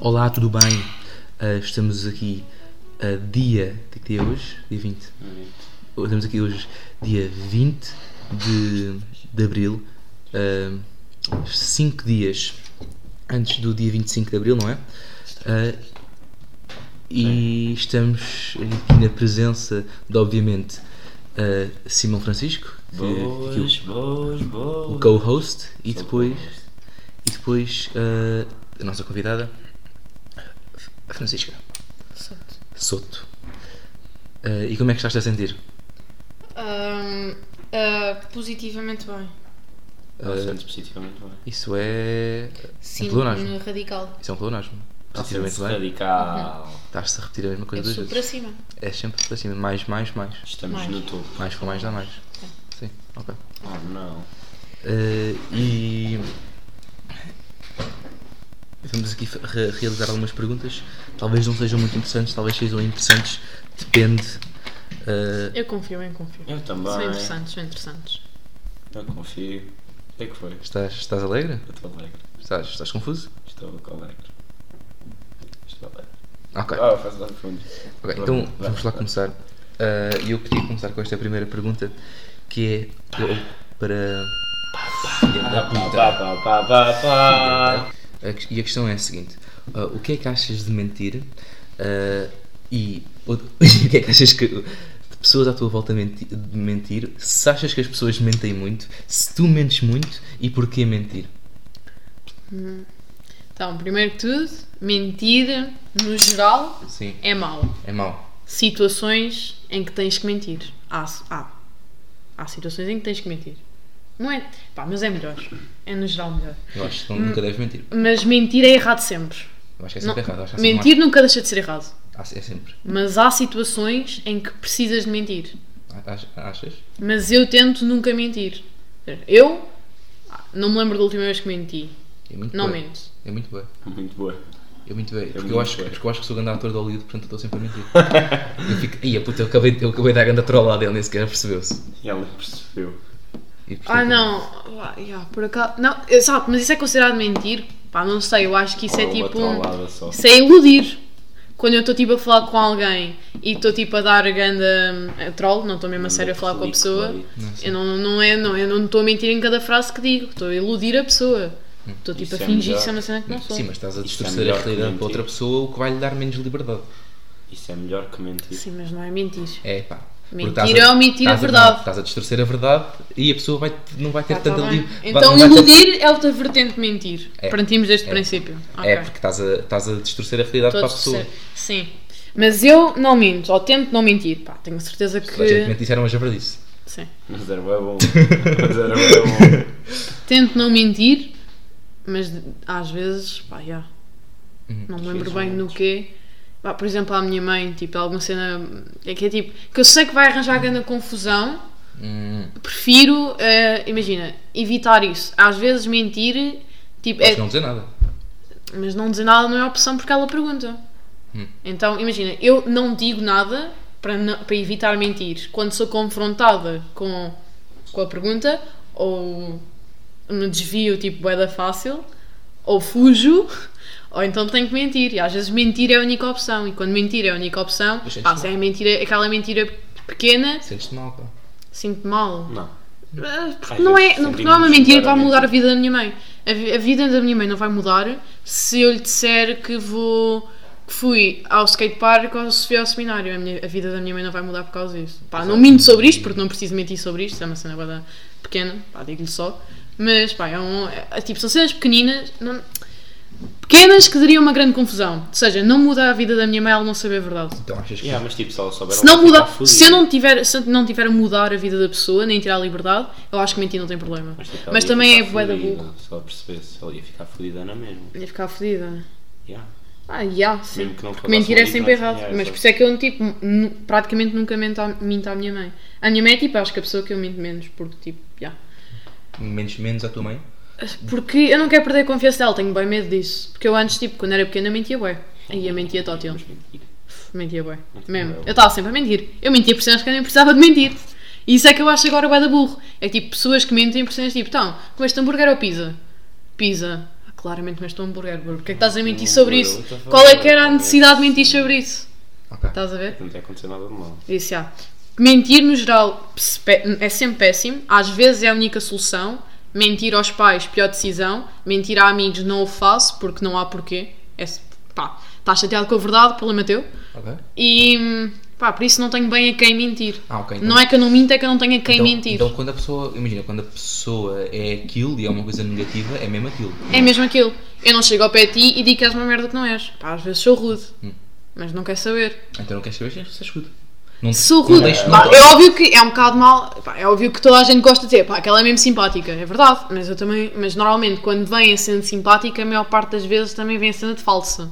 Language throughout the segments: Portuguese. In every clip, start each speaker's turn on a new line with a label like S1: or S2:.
S1: Olá, tudo bem? Ah, estamos aqui a dia. Que dia é hoje? Dia 20. Estamos aqui hoje, dia 20 de, de abril, 5 dias antes do dia 25 de abril, não é? Ah, e estamos aqui na presença de, obviamente, ah, Simão Francisco, que é aqui
S2: Boas, boas,
S1: o, o
S2: boas.
S1: co-host, e
S2: Sou
S1: depois,
S2: co-host.
S1: e depois ah, a nossa convidada, a Francisca.
S3: Santo.
S1: Soto. Ah, e como é que estás a sentir?
S3: Ahm, ah, positivamente bem.
S2: Bastante positivamente bem.
S1: Eh, Isso é.
S3: Sim,
S1: um pleonasmo.
S3: radical.
S1: Isso é um pleonasmo.
S2: Tá
S1: Positivamente
S2: Bastante
S1: bem.
S2: radical.
S3: Uhum.
S1: Estás-te a repetir a mesma
S3: É
S1: coisa duas
S3: preciso para
S1: vezes.
S3: cima.
S1: É sempre para cima. Mais, mais, mais.
S2: Estamos
S3: Mais.
S2: no topo.
S1: Mais com mais dá mais. Sim, ok.
S2: Oh não.
S1: Ah, e. Vamos aqui fa- re- realizar algumas perguntas. Talvez não sejam muito interessantes, talvez sejam interessantes. Depende. Ah,
S3: Eu confio, eu confio.
S2: Eu também.
S3: São interessantes, são interessantes.
S2: Eu confio. O que é que foi?
S1: estás, estás alegre?
S2: Eu estou alegre.
S1: Estás, estás confuso?
S2: Estou alegre. Estou alegre.
S1: Ok.
S2: Ah, faz lá no fundo.
S1: Ok,
S2: Pronto,
S1: então
S2: vai.
S1: vamos lá começar. Ah, E eu queria começar com esta primeira pergunta, que é eu- para. Filha da
S2: Pá,
S1: Ah, puta.
S2: pá, pá, pá, pá.
S1: A que- E a questão é a seguinte: ah, o que é que achas de mentir? Ah, e o o que é que achas que de pessoas à tua volta menti- de mentir? Se achas que as pessoas mentem muito, se tu mentes muito e porquê mentir?
S3: Então, primeiro que tudo, mentira, no geral,
S1: Sim.
S3: é mau.
S1: É mau.
S3: Situações em que tens que mentir. Há, há, há situações em que tens que mentir. Não é? Pá, mas é melhor. É no geral melhor.
S1: Eu acho que não- nunca deves mentir.
S3: Mas mentir é errado sempre.
S1: Eu acho que é
S3: Hum. Não,
S1: sempre errado. eu acho que há sempre
S3: mentir nunca deixa de ser errado.
S1: mais- há- É sempre.
S3: Mas há situações em que precisas de mentir.
S1: Ach- Achas?
S3: Mas eu tento nunca mentir. Eu não me lembro da última vez que menti.
S1: É muito
S3: Não
S1: boa.
S3: mento.
S1: É muito bem.
S2: Muito boa.
S1: Eu muito bem, porque,
S2: É muito
S1: eu acho, que-
S2: bem.
S1: porque eu acho que sou grande ator de Hollywood, portanto eu estou sempre a mentir. eu fico, ia puta, eu acabei, eu acabei de dar grande trollada, ele nem sequer percebeu-se.
S2: E ela percebeu.
S1: E, portanto,
S3: Ah, não. Ah, yeah, por acaso. Não, eu- sabe, mas isso é considerado mentir? Pá, não sei. Eu acho que isso é
S2: Ou
S3: tipo.
S2: Uma
S3: um-
S2: trollada só.
S3: Isso é iludir. Quando eu estou tipo a falar com alguém e estou tipo a dar grande hum, troll, não estou mesmo a
S2: é
S3: sério a falar com a pessoa, eu não, não é, não, eu não estou a mentir em cada frase que digo, estou a iludir a pessoa. Estou
S2: Isso
S3: tipo a
S2: é
S3: fingir
S2: melhor.
S3: que isso é uma cena que não sou.
S1: Hum. Sim, mas estás a
S2: Isto é
S1: distorcer a
S2: melhor que
S1: realidade para
S2: mentir.
S1: outra pessoa, o que vai lhe dar menos liberdade.
S2: Isso é melhor que mentir.
S3: Sim, mas não é mentir.
S1: É pá. porque
S3: Mentira
S1: estás
S3: é omitir a
S1: estás
S3: verdade.
S1: não, Estás a distorcer a verdade e a pessoa vai, não vai ter
S3: Ah, tá
S1: tanta
S3: bem.
S1: liberdade.
S3: Então, iludir é outra vertente de mentir.
S1: É.
S3: Partimos deste
S1: É.
S3: princípio.
S1: É,
S3: Ok.
S1: porque estás a, estás a distorcer a realidade
S3: Todos
S1: para a pessoa.
S3: ser- Sim. Mas eu não minto, ou tento não mentir. Pá, tenho certeza que.
S1: Toda a gente mente disseram hoje a verdice.
S3: Sim.
S2: Mas era bem bom. Mas era bem bom.
S3: Tento não mentir, mas de- às vezes, pá, já.
S1: Uhum.
S3: Não
S2: Às
S3: me lembro
S2: vezes
S3: bem
S2: não
S3: no quê. Pá, por exemplo, à minha mãe, tipo, alguma cena. É que é tipo. Que eu sei que vai arranjar grande confusão,
S1: Hum,
S3: prefiro, eh, imagina, evitar isso. Às vezes mentir, tipo.
S1: podes
S3: é-
S1: não dizer nada.
S3: Mas não dizer nada não é opção porque ela pergunta.
S1: Hum.
S3: Então, imagina, eu não digo nada para, não- para evitar mentir. Quando sou confrontada com, com a pergunta, ou me desvio, tipo, é da fácil, ou fujo, ou então tenho que mentir. E às vezes mentir é a única opção. E quando mentir é a única opção,
S1: Mas sentes
S3: ah, se é mentira, aquela mentira pequena,
S1: Sentes-te mal, pá.
S3: sinto-me mal.
S2: Não.
S3: Ah, Porque
S2: Às
S3: não
S2: vezes
S3: é, não,
S2: sentimos
S3: porque não é uma mentira que vai
S2: claramente.
S3: mudar a vida da minha mãe. A, vi- a vida da minha mãe não vai mudar se eu lhe disser que vou que fui ao skatepark ou se fui ao seminário. A, minha- a vida da minha mãe não vai mudar por causa disso. Pá, não minto sobre isto porque não preciso mentir sobre isto, é uma cena bué da pequena, pá, digo-lhe só. Mas pá, é um, é- é tipo, são cenas pequeninas, não- pequenas que dariam uma grande confusão. Ou seja, não muda a vida da minha mãe ela não saber a verdade.
S1: Então achas que.
S2: Yeah, mas tipo, se ela souber,
S3: Se
S2: ela
S3: não
S2: vai
S3: mudar,
S2: ficar
S3: se eu
S2: fodida.
S3: não tiver, se eu não tiver a mudar a vida da pessoa, nem tirar a liberdade, eu acho que mentir não tem problema.
S2: Mas,
S3: Mas,
S2: tipo, ela ia
S3: também é
S2: ficar
S3: bué da
S2: fodida.
S3: burro.
S2: Se ela percebesse, ela ia ficar fodida na mesma.
S3: Ia ficar fodida.
S2: Yeah.
S3: Ah, yeah, sim.
S2: Mesmo que não
S3: Porque mentir é
S2: causasse
S3: sempre
S2: uma
S3: errado.
S2: diferença,
S3: Mas
S2: é,
S3: por isso é que eu tipo, nu- praticamente nunca minto à, minto à minha mãe. A minha mãe é tipo, acho que a pessoa que eu minto menos, porque tipo, yeah.
S1: Menos, menos à tua mãe?
S3: Porque eu não quero perder a confiança dela, tenho bem medo disso. Porque eu antes, tipo, quando era pequena, mentia bué. E eu mentia tótil.
S2: Mas mentir.
S3: Mentia bué.
S2: Muito
S3: Mesmo.
S2: bem.
S3: Eu estava sempre a mentir. Eu mentia por cenas que eu nem precisava de mentir. E isso é que eu acho agora bué da burro. É que, tipo, pessoas que mentem por cenas tipo, então, comeste hambúrguer ou pizza? Pizza. Ah, Claramente comeste um hambúrguer, bro. Porquê é que estás a mentir sobre
S2: Bro,
S3: isso?
S2: what the fuck?
S3: Qual é que era a necessidade de mentir sobre isso?
S1: Ok.
S3: Estás a ver?
S2: Não tem acontecido nada de mal.
S3: Isso, já. Mentir no geral se pe- é sempre péssimo, às vezes é a única solução. Mentir aos pais, pior decisão. Mentir a amigos, não o faço porque não há porquê. É, se- pá, estás chateado com a verdade, problema teu.
S1: Ok.
S3: E pá, por isso não tenho bem a quem mentir.
S1: Ah, ok.
S3: Não é que eu não minto, é que eu não tenho a quem
S1: então,
S3: mentir.
S1: Então, quando a pessoa, imagina, quando a pessoa é aquilo e é uma coisa negativa, é mesmo aquilo.
S3: É mesmo aquilo. Eu não chego ao pé de ti e digo que és uma merda que não és. Pá, às vezes sou rude, mas não quer saber.
S1: Então Hum. não queres saber, queres que se escute. Não,
S3: Sou
S1: não
S3: rude.
S1: deixes- não
S3: Pá,
S1: to-
S3: é óbvio que é um bocado mal. pá, é óbvio que toda a gente gosta de dizer, pá, que ela é mesmo simpática. É verdade, mas eu também. Mas normalmente quando vem a sendo simpática, a maior parte das vezes também vem a sendo de falsa.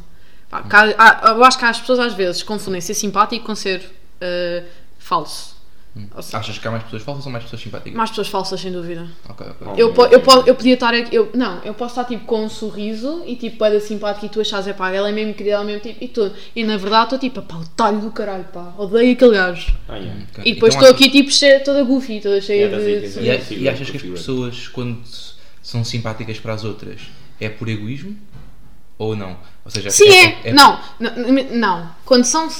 S3: Pá,
S1: Hum.
S3: que há- há- eu acho que as pessoas às vezes confundem ser simpático com ser ah, falso.
S1: Hum.
S3: Ou seja,
S1: Achas que há mais pessoas falsas ou mais pessoas simpáticas?
S3: mais pessoas falsas, sem dúvida.
S1: Ok, ok.
S2: Não.
S3: Eu, po- eu, po- eu podia estar. aqui- Eu, não, eu posso estar tipo com um sorriso e tipo, é da simpática e tu achas é pá, ela é mesmo querida, ela é mesmo tipo. E, tu, e na verdade estou tipo, pá, o talho do caralho, pá, odeio aquele gajo.
S2: Ah, yeah.
S1: Ok.
S3: E depois
S1: Então
S3: estou
S1: achas-
S3: aqui tipo cheia, toda goofy, toda cheia
S2: Yeah, that's it,
S3: de.
S2: that's
S1: E,
S2: it.
S3: de-
S1: a-
S2: Sim,
S1: e achas que as
S2: configura.
S1: pessoas, quando s- são simpáticas para as outras, é por egoísmo? Ou não? Ou seja,
S3: Sim, é. Não, n- n- não. Quando são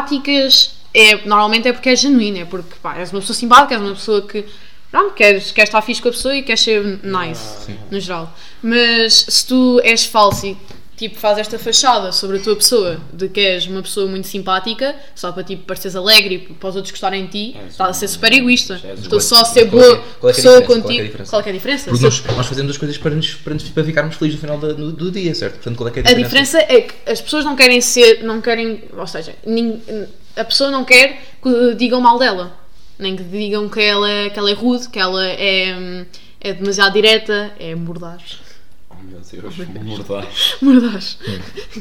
S3: simpáticas, é, normalmente é porque é genuíno, é porque pá, és uma pessoa simpática, és uma pessoa que. Pronto, queres, queres estar fixe com a pessoa e queres ser
S1: Ah,
S3: nice, no geral. Mas se tu és falso e tipo, fazes esta fachada sobre a tua pessoa de que és uma pessoa muito simpática, só para tipo, pareceres alegre e para os outros gostarem de ti,
S1: É,
S2: És
S3: estás a ser
S2: um-
S3: super egoísta.
S2: és um
S3: Estou
S2: bom-
S3: só a ser
S1: qual é que-
S3: boa
S1: qual é que é a
S3: pessoa
S1: diferença? Qual é que é a
S3: contigo.
S1: diferença?
S3: Qual é que é a diferença?
S1: Porque
S3: Se eu-
S1: nós, nós fazemos as coisas para, nos, para, nos, para ficarmos felizes no final da- do, do dia, certo? Portanto, qual é que é a
S3: A
S1: diferença?
S3: diferença é que as pessoas não querem ser, não querem, ou seja, nin- a pessoa não quer que digam mal dela, nem que digam que ela, que ela é rude, que ela é, hum, é demasiado direta, é mordaz.
S2: Oh meu Deus, mordaz.
S3: Mordaz.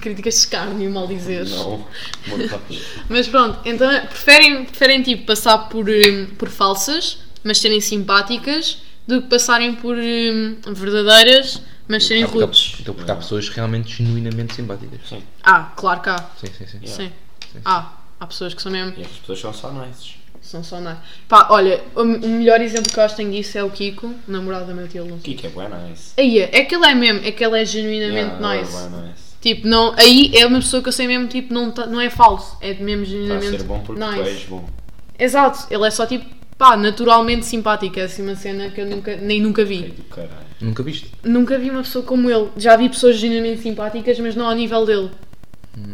S3: Críticas de escárnio, mal dizer.
S2: Não, mordaz.
S3: Mas pronto, então preferem, preferem tipo passar por, hum, por falsas, mas serem simpáticas, do que passarem por hum, verdadeiras, mas serem
S1: Ah, porque há-
S3: rudes.
S1: Então, porque há pessoas realmente genuinamente simpáticas.
S2: Sim.
S3: Ah, claro que há.
S1: Sim, sim, sim.
S2: Yeah.
S3: Sim. Ah, há pessoas que são mesmo.
S2: E as pessoas são só nices.
S3: São só nice. Pá, olha, o o melhor exemplo que eu acho que tenho disso é o Kiko, namorado da Matilde.
S2: Kiko é bué nice.
S3: Aí, é que ele é mesmo, é que ele é genuinamente
S2: Yeah,
S3: nice.
S2: ela é bué nice.
S3: Tipo, não, aí é uma pessoa que eu sei mesmo, tipo, não, tá- não é falso, é mesmo
S2: Está Tá a
S3: genuinamente
S2: ser bom porque tu és
S3: nice.
S2: bom.
S3: Exato, ele é só tipo, pá, naturalmente simpático, é assim uma cena que eu nunca, nem nunca
S2: É
S3: vi.
S2: do caralho.
S1: Nunca viste?
S3: Nunca vi uma pessoa como ele, já vi pessoas genuinamente simpáticas, mas não ao nível dele.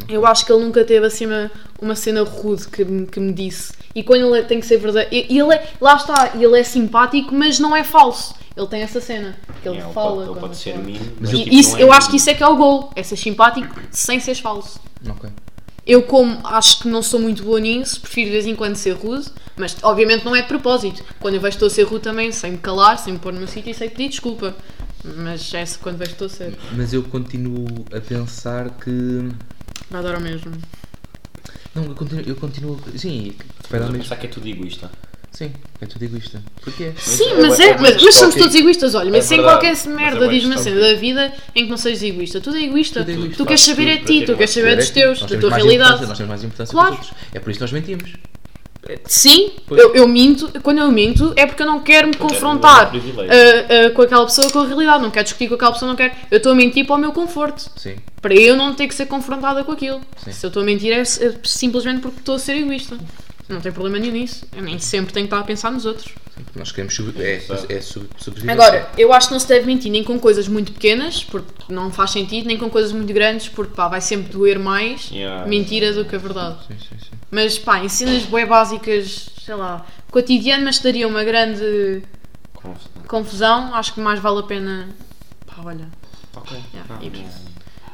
S3: Eu acho que ele nunca teve assim uma, uma cena rude que, me- que me disse. E quando ele é- tem que ser verdadeiro. E e ele é, lá está, ele é simpático, mas não é falso. Ele tem essa cena. Que ele
S2: Yeah, É, ele
S3: fala.
S2: pode- ele
S3: quando
S2: pode ser
S3: fala.
S2: mim,
S1: Mas
S2: mas
S1: eu-
S3: E
S2: tipo,
S3: isso,
S2: não
S3: eu acho
S2: mim.
S3: que isso é que é o gol. É ser simpático sem seres falso.
S1: Ok.
S3: Eu, como acho que não sou muito boa nisso, prefiro de vez em quando ser rude, mas obviamente não é de propósito. Quando eu vejo que estou a ser rude também, sem me calar, sem me pôr no meu sítio e sem pedir desculpa. Mas é quando vejo que estou a ser.
S1: Mas eu continuo a pensar que.
S3: Vai dar ao mesmo.
S1: Não, eu continuo. Eu continuo... Sim, vai
S2: Mas
S1: dar
S2: eu
S1: mesmo.
S2: pensar que é tudo egoísta.
S1: Sim, é tudo egoísta. Porquê?
S3: Sim,
S2: é
S3: mas,
S2: bué-
S3: é,
S2: é bué
S3: mas, mas somos
S2: stalking.
S3: todos egoístas, olha, mas
S2: É
S3: sem
S2: verdade,
S3: qualquer
S2: mas é
S3: merda
S2: bué
S3: diz uma
S2: stalking.
S3: cena da vida em que não sejas egoísta. Tudo é egoísta.
S1: Tudo é egoísta.
S3: Tu queres
S2: Faz
S3: saber
S2: tudo
S3: é de
S2: para
S3: ti,
S2: ter
S3: tu
S2: uma
S3: queres saber é dos
S1: Nós
S3: teus, da
S1: temos
S3: tua
S1: mais importância,
S3: realidade.
S1: Nós temos mais importância
S3: Claro.
S1: que os outros. É por isso que nós mentimos.
S3: Sim,
S1: Pois.
S3: eu, eu minto, quando eu minto é porque eu não quero me
S2: quero
S3: confrontar
S2: um privilégio.
S3: ah, ah, com aquela pessoa com a realidade, não quero discutir com aquela pessoa, não quero. Eu estou a mentir para o meu conforto,
S1: Sim.
S3: para eu não ter que ser confrontada com aquilo.
S1: Sim.
S3: Se eu estou a mentir é, s- é simplesmente porque estou a ser egoísta. Não tem problema nenhum nisso. Eu nem sempre tenho que estar a pensar nos outros.
S1: Nós queremos sub- é, é sub- sobreviver.
S3: Agora, eu acho que não se deve mentir nem com coisas muito pequenas, porque não faz sentido, nem com coisas muito grandes, porque pá, vai sempre doer mais
S2: Yeah.
S3: mentira do que a verdade.
S1: Sim, sim, sim.
S3: Mas pá, em cenas bem básicas, sei lá, cotidianas, que daria uma grande
S2: Confusão.
S3: confusão, acho que mais vale a pena. pá, olha.
S2: Ok.
S3: Yeah, é
S2: Ah,
S3: e-
S2: yeah.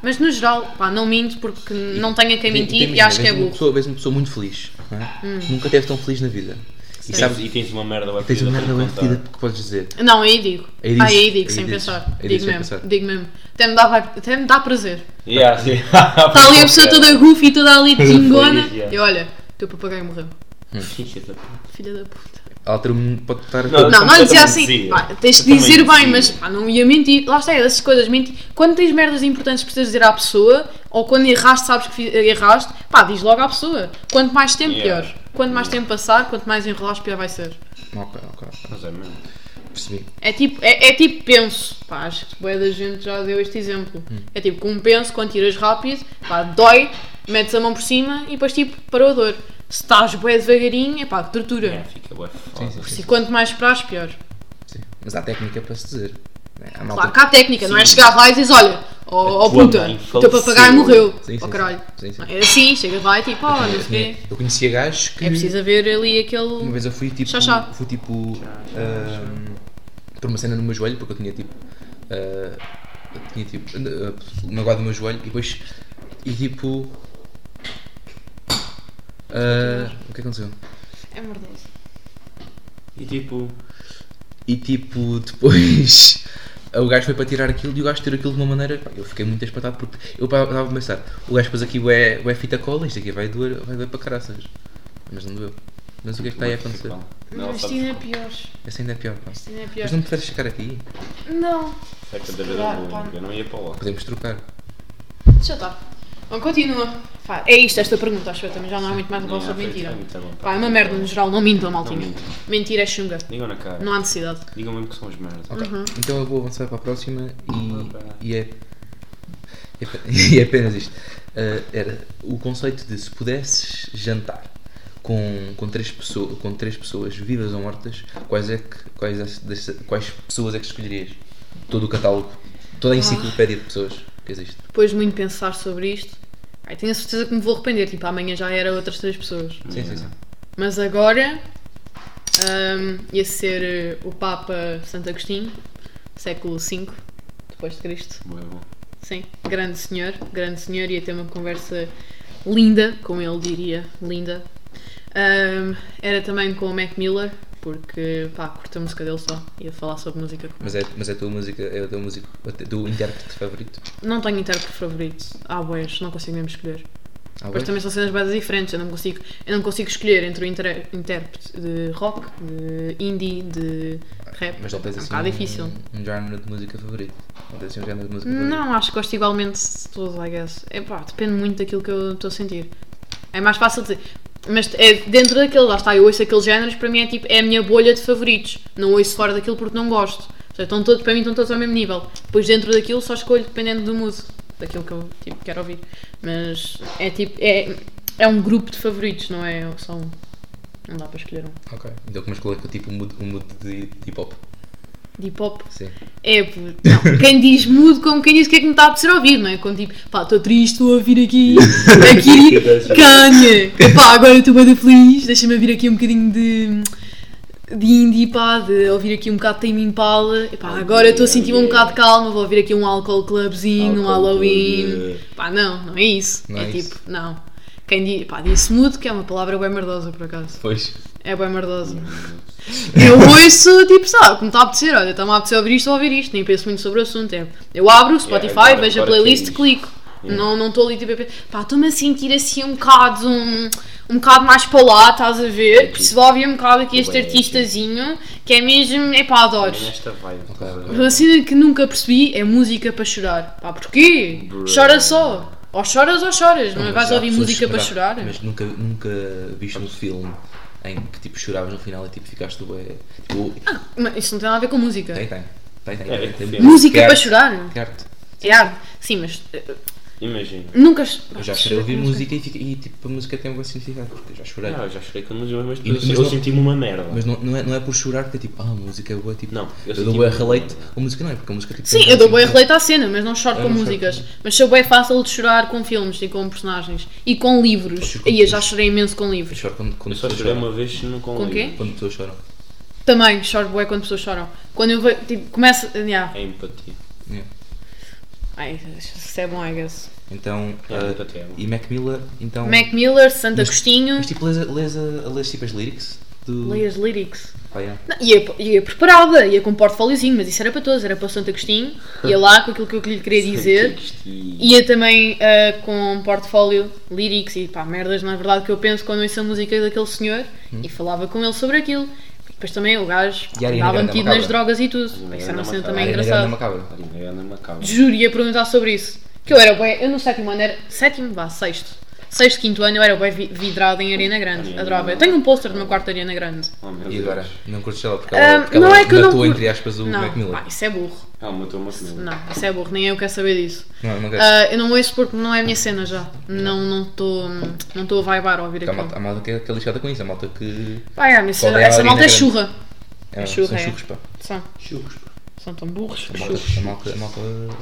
S3: Mas no geral, pá, não minto porque não tenho a
S1: Tem-
S3: quem
S1: tem-
S3: mentir e
S1: imagina,
S3: acho que é
S1: vês uma
S3: burro. Hum.
S1: Pessoa, vês uma pessoa muito feliz, não é? nunca esteve tão feliz na vida. E
S2: Tens-
S1: sabes,
S2: e tens uma merda bem
S1: tens uma
S2: fedida
S1: merda
S2: para
S1: bem
S2: contar.
S1: fedida que podes dizer.
S3: Não, aí digo. Ah,
S1: Aí dizes,
S3: aí digo,
S1: aí
S3: sem
S1: dizes,
S3: pensar.
S1: aí dizes
S3: digo
S1: sem
S3: mesmo,
S1: pensar.
S3: digo mesmo. Até me dá, vibe- até me dá prazer.
S2: Yeah, sim.
S1: Ah,
S3: Está ali a pessoa toda goofy, toda ali
S2: Coisa
S3: tingona.
S2: feliz, yeah.
S3: E olha, teu papagaio morreu.
S1: Hum.
S2: Filha da puta.
S3: Filha da puta.
S1: Ela ter- pode estar.
S2: Não,
S3: Não,
S2: Eu
S3: não
S2: também
S3: dizia assim.
S2: dizia.
S3: pá, tens
S2: Eu
S3: de
S2: também
S3: dizer bem,
S2: dizia.
S3: mas pá, não ia mentir. Lá está, é dessas coisas. Mentir. Quando tens merdas importantes que precisas dizer à pessoa, ou quando erraste, sabes que fi- erraste, pá, diz logo à pessoa. Quanto mais tempo,
S2: Yeah.
S3: pior. Quanto mais tempo passar, quanto mais enrolares, pior vai ser.
S1: Ok, ok.
S2: Mas é mesmo.
S1: percebi.
S3: É tipo, é, é tipo penso. Pá, acho que boa da gente já deu este exemplo.
S1: Hum.
S3: É tipo, com um penso, quando tiras rápido, pá, dói, metes a mão por cima e depois tipo, parou a dor. Se estás bué devagarinho, é pá, tortura.
S2: É, fica bué foda.
S1: Sim, sim.
S3: Se quanto mais esperas, pior.
S1: Sim. Mas há técnica para se dizer. né? Há malta
S3: Claro que há técnica, não é chegar lá e dizes, olha,
S1: É
S3: ó ó,
S2: tua
S3: puta,
S2: mãe
S3: o teu papagaio
S2: faleceu.
S3: morreu.
S1: Sim, sim,
S3: Ó
S1: sim.
S3: caralho.
S1: Sim, sim.
S3: Não, É assim, chegas lá e tipo, ó, olha, se vê.
S1: É, Eu conhecia gajos que.
S3: É preciso haver ali
S1: Uma
S3: aquele.
S1: vez eu fui tipo.
S3: Chá, chá.
S1: Fui tipo. ahm, por uma cena no meu joelho, porque eu tinha tipo. ah, eu tinha tipo. ah, magoado o meu joelho e depois. E tipo. ah, o que é que aconteceu?
S3: É mordoso.
S2: E tipo,
S1: E tipo, depois o gajo foi para tirar aquilo e o gajo tirou aquilo de uma maneira. pá, eu fiquei muito espantado porque eu estava a pensar: o gajo pôs aqui o é fita cola, isto aqui vai doer, vai doer para caraças. Mas não doeu. Mas o que é que está aí a acontecer?
S2: Não,
S3: Mas
S2: sabe
S3: isto ainda é pior. Isto
S1: Essa ainda é pior, pá.
S3: ainda é
S1: Mas
S3: pior.
S1: não preferes ficar aqui?
S3: Não.
S2: É cada vez
S3: Claro,
S2: um bullying.
S3: claro.
S2: Eu não ia para lá.
S1: Podemos trocar.
S3: Já está. Bom, continua. Pá, é isto, esta pergunta, acho eu também já não há muito mais a falar
S2: Não,
S3: sobre
S2: foi-
S3: mentira.
S2: foi muito à vontade.
S3: Pá, é uma merda no geral, não mintam, maltinha.
S2: mintam.
S3: Mentira é chunga,
S2: Digam na cara.
S3: não há necessidade.
S2: Digam mesmo que são as merdas.
S1: Ok.
S3: Uhum.
S1: Então eu vou avançar para a próxima e, e é. e é- E é apenas isto. Ah, era o conceito de se pudesses jantar com, com, três pessoas, com três pessoas vivas ou mortas, quais, é que, quais, as- dessa- quais pessoas é que escolherias? Todo o catálogo, toda
S3: Ah.
S1: a enciclopédia de pessoas que existe.
S3: Depois de muito pensar sobre isto, ai, tenho a certeza que me vou arrepender. Tipo, amanhã já era outras três pessoas.
S1: Sim, sim, sim.
S3: Mas agora hum, ia ser eh, o Papa Santo Agostinho, século V depois de Cristo.
S2: Boa, boa.
S3: Sim, grande senhor, grande senhor, ia ter uma conversa linda, como ele diria, linda. Ahm, era também com o Mac Miller, porque pá, curto a música dele só, ia falar sobre música.
S1: Mas é, mas é a tua música, é o teu músico, o teu intérprete favorito.
S3: Não tenho intérprete favorito, há ah, boés, não consigo mesmo escolher.
S1: Ah,
S3: Depois
S1: bem?
S3: também são cenas bem diferentes, eu não consigo, eu não consigo escolher entre o inter- intérprete de rock, de indie, de rap.
S1: Mas não tens
S3: é um
S1: assim
S3: bocado difícil.
S1: um género de música favorito. Não tens assim um género de música favorito.
S3: Não, acho que gosto igualmente de tudo, I guess. É pá, depende muito daquilo que eu estou a sentir. É mais fácil dizer. Mas é dentro daquele, lá está, eu ouço aqueles géneros, para mim é tipo, é a minha bolha de favoritos. Não ouço fora daquilo porque não gosto. Ou seja, estão todos, para mim estão todos ao mesmo nível. Depois dentro daquilo só escolho dependendo do mood, daquilo que eu tipo, quero ouvir. Mas é tipo, é, é um grupo de favoritos, não é só um. Não dá para escolher um.
S1: Ok. Então como escolher tipo um mood, um mood de, de hip hop.
S3: De hip hop
S1: Sim.
S3: É, por- não, quem diz mudo como quem diz o que é que me está a apetecer ouvir, não é? Quando tipo, pá, estou triste, estou a ouvir aqui, aqui, canha, pá, agora estou bem feliz, deixa-me ouvir aqui um bocadinho de, de indie, pá, de ouvir aqui um bocado de Tame Impala, E pá, agora estou a sentir-me um bocado de calma, vou ouvir aqui um Alcohol Clubzinho, um
S2: Álcool
S3: Halloween,
S2: Club.
S3: pá, não, não é isso,
S1: Não
S3: é
S1: é isso.
S3: tipo, não, quem diz, pá, disse mudo que é uma palavra bem merdosa, por acaso,
S1: Pois.
S3: é bem merdosa. Eu ouço, tipo, sabe, como está a apetecer, olha, está-me a apetecer ouvir isto ou ouvir isto, nem penso muito sobre o assunto. É, eu abro o Spotify,
S2: Yeah, agora-
S3: vejo a
S2: agora
S3: playlist,
S2: tens.
S3: clico.
S2: Yeah.
S3: Não Não estou ali tipo a pensar, pá, estou-me a sentir assim um bocado, um, um bocado mais para lá, estás a ver? Preciso ouvir um bocado aqui este
S2: Bem,
S3: artistazinho, que é mesmo, é pá, adoro.
S2: Tem esta vibe. estás a ver?
S3: Uma cena que nunca percebi é música para chorar. Pá, porquê?
S2: Bruh.
S3: Chora só. Ou choras ou choras, não, é?
S1: Mas
S3: vais
S1: há
S3: ouvir
S1: pessoas
S3: música
S1: que
S3: para
S1: choraram,
S3: chorar. é.
S1: Mas nunca, nunca viste um filme em que tipo choravas no final e tipo ficaste bué. Tipo,
S3: Mas isso não tem nada a ver com música.
S1: tem, tem. Tem, tem.
S2: É,
S1: tem, tem,
S2: filme.
S3: música
S1: Tem
S3: para
S1: arte,
S3: chorar.
S1: tem arte.
S3: É arte. Sim, mas eh,
S2: Imagina.
S3: Nunca.
S1: Eu já chorei a ouvir música e, fica- e, tipo a música tem um bom significado, porque eu já chorei.
S2: Não, Ah, eu já chorei quando mas
S1: E- mas
S2: eu, eu
S1: não-
S2: senti-me uma merda.
S1: Mas não, não, é, não é por chorar que é tipo, ah, a música é boa, tipo,
S2: Não, eu
S1: eu,
S2: senti
S1: dou boa
S2: muito
S1: relate.
S2: bem.
S1: A música não é, porque a música tipo,
S3: Sim,
S1: tem
S3: eu dou bem
S1: significado.
S3: releito à cena, mas não choro
S1: Eu
S3: com
S1: Ah, não choro
S3: músicas.
S1: com
S3: Mas sou bem fácil de chorar com filmes e com personagens. E com livros.
S1: choro com
S3: E eu já
S1: livros.
S3: chorei imenso com
S1: Eu
S3: livros.
S1: choro quando, quando
S2: Eu só
S1: pessoas
S2: chorei
S1: choram.
S2: uma vez não com
S3: Com
S2: livro.
S3: quê?
S1: Quando pessoas choram.
S3: Também choro bué quando pessoas choram. Quando eu vejo. Tipo, começa. Yeah.
S2: É empatia.
S1: Yeah.
S3: Ai, isso é bom, I guess.
S1: Então,
S2: É,
S1: ah,
S2: nunca te amo.
S1: e Mac Miller, então.
S3: Mac Miller, Santo
S1: Mas-
S3: Agostinho.
S1: Mas tipo, lês, a- lês, a- lês tipo as lyrics do.
S3: Leia as lyrics.
S1: Pá, yeah.
S3: Não, ia, ia preparada, ia com um portfóliozinho, mas isso era para todos, era para o Santo Agostinho, ia lá com aquilo que eu lhe queria dizer.
S2: E
S3: Ia também ah, com um portfólio lyrics e pá, merdas, na verdade, que eu penso quando ouço a música daquele senhor e falava com ele sobre aquilo. E depois também o gajo
S1: Uhum. E a Ariana
S3: andava
S1: Grande
S3: metido
S1: é
S3: nas
S1: macabra.
S3: drogas e tudo.
S2: Ariana
S3: Isso era uma
S2: Grande
S3: cena
S2: é
S3: também
S1: Ariana Grande é
S3: engraçada.
S1: macabra.
S2: Ariana Macabra.
S3: Juro, ia perguntar sobre isso. Que eu era bué, eu no sétimo ano era. sétimo, vá, sexto. sexto, quinto ano eu era bem vidrada em Arena Grande.
S2: Arena
S3: Adorava.
S2: Grande.
S3: Eu tenho um pôster no meu quarto de Arena Grande.
S2: Oh, meu
S1: E
S2: Deus.
S1: agora? Não curtes ela porque
S3: Ah,
S1: ela, porque
S3: não
S1: ela
S3: é que eu não
S1: matou,
S3: curto-
S1: entre aspas, o Mac
S3: Não,
S1: Miller.
S3: pá, isso é burro.
S2: Ela matou uma família.
S3: Não, isso é burro. Nem eu quero saber disso.
S1: Não, não quero.
S3: Ah, eu não ouço porque não é a minha cena já. Não estou não tô- não tô a vibar ao ouvir
S1: Porque a
S3: aquilo.
S1: malta, a malta que é, que é lixada com isso, a malta que.
S3: Pá, é, a minha
S1: Qual
S3: cena-
S1: é a
S3: essa
S1: Arena
S3: malta é
S1: Grande?
S3: churra.
S1: É,
S3: Churro,
S1: são
S3: é.
S1: churros, pá.
S3: São,
S2: Churros. pá.
S3: são tão burros.
S1: A malta, a malta, a malta,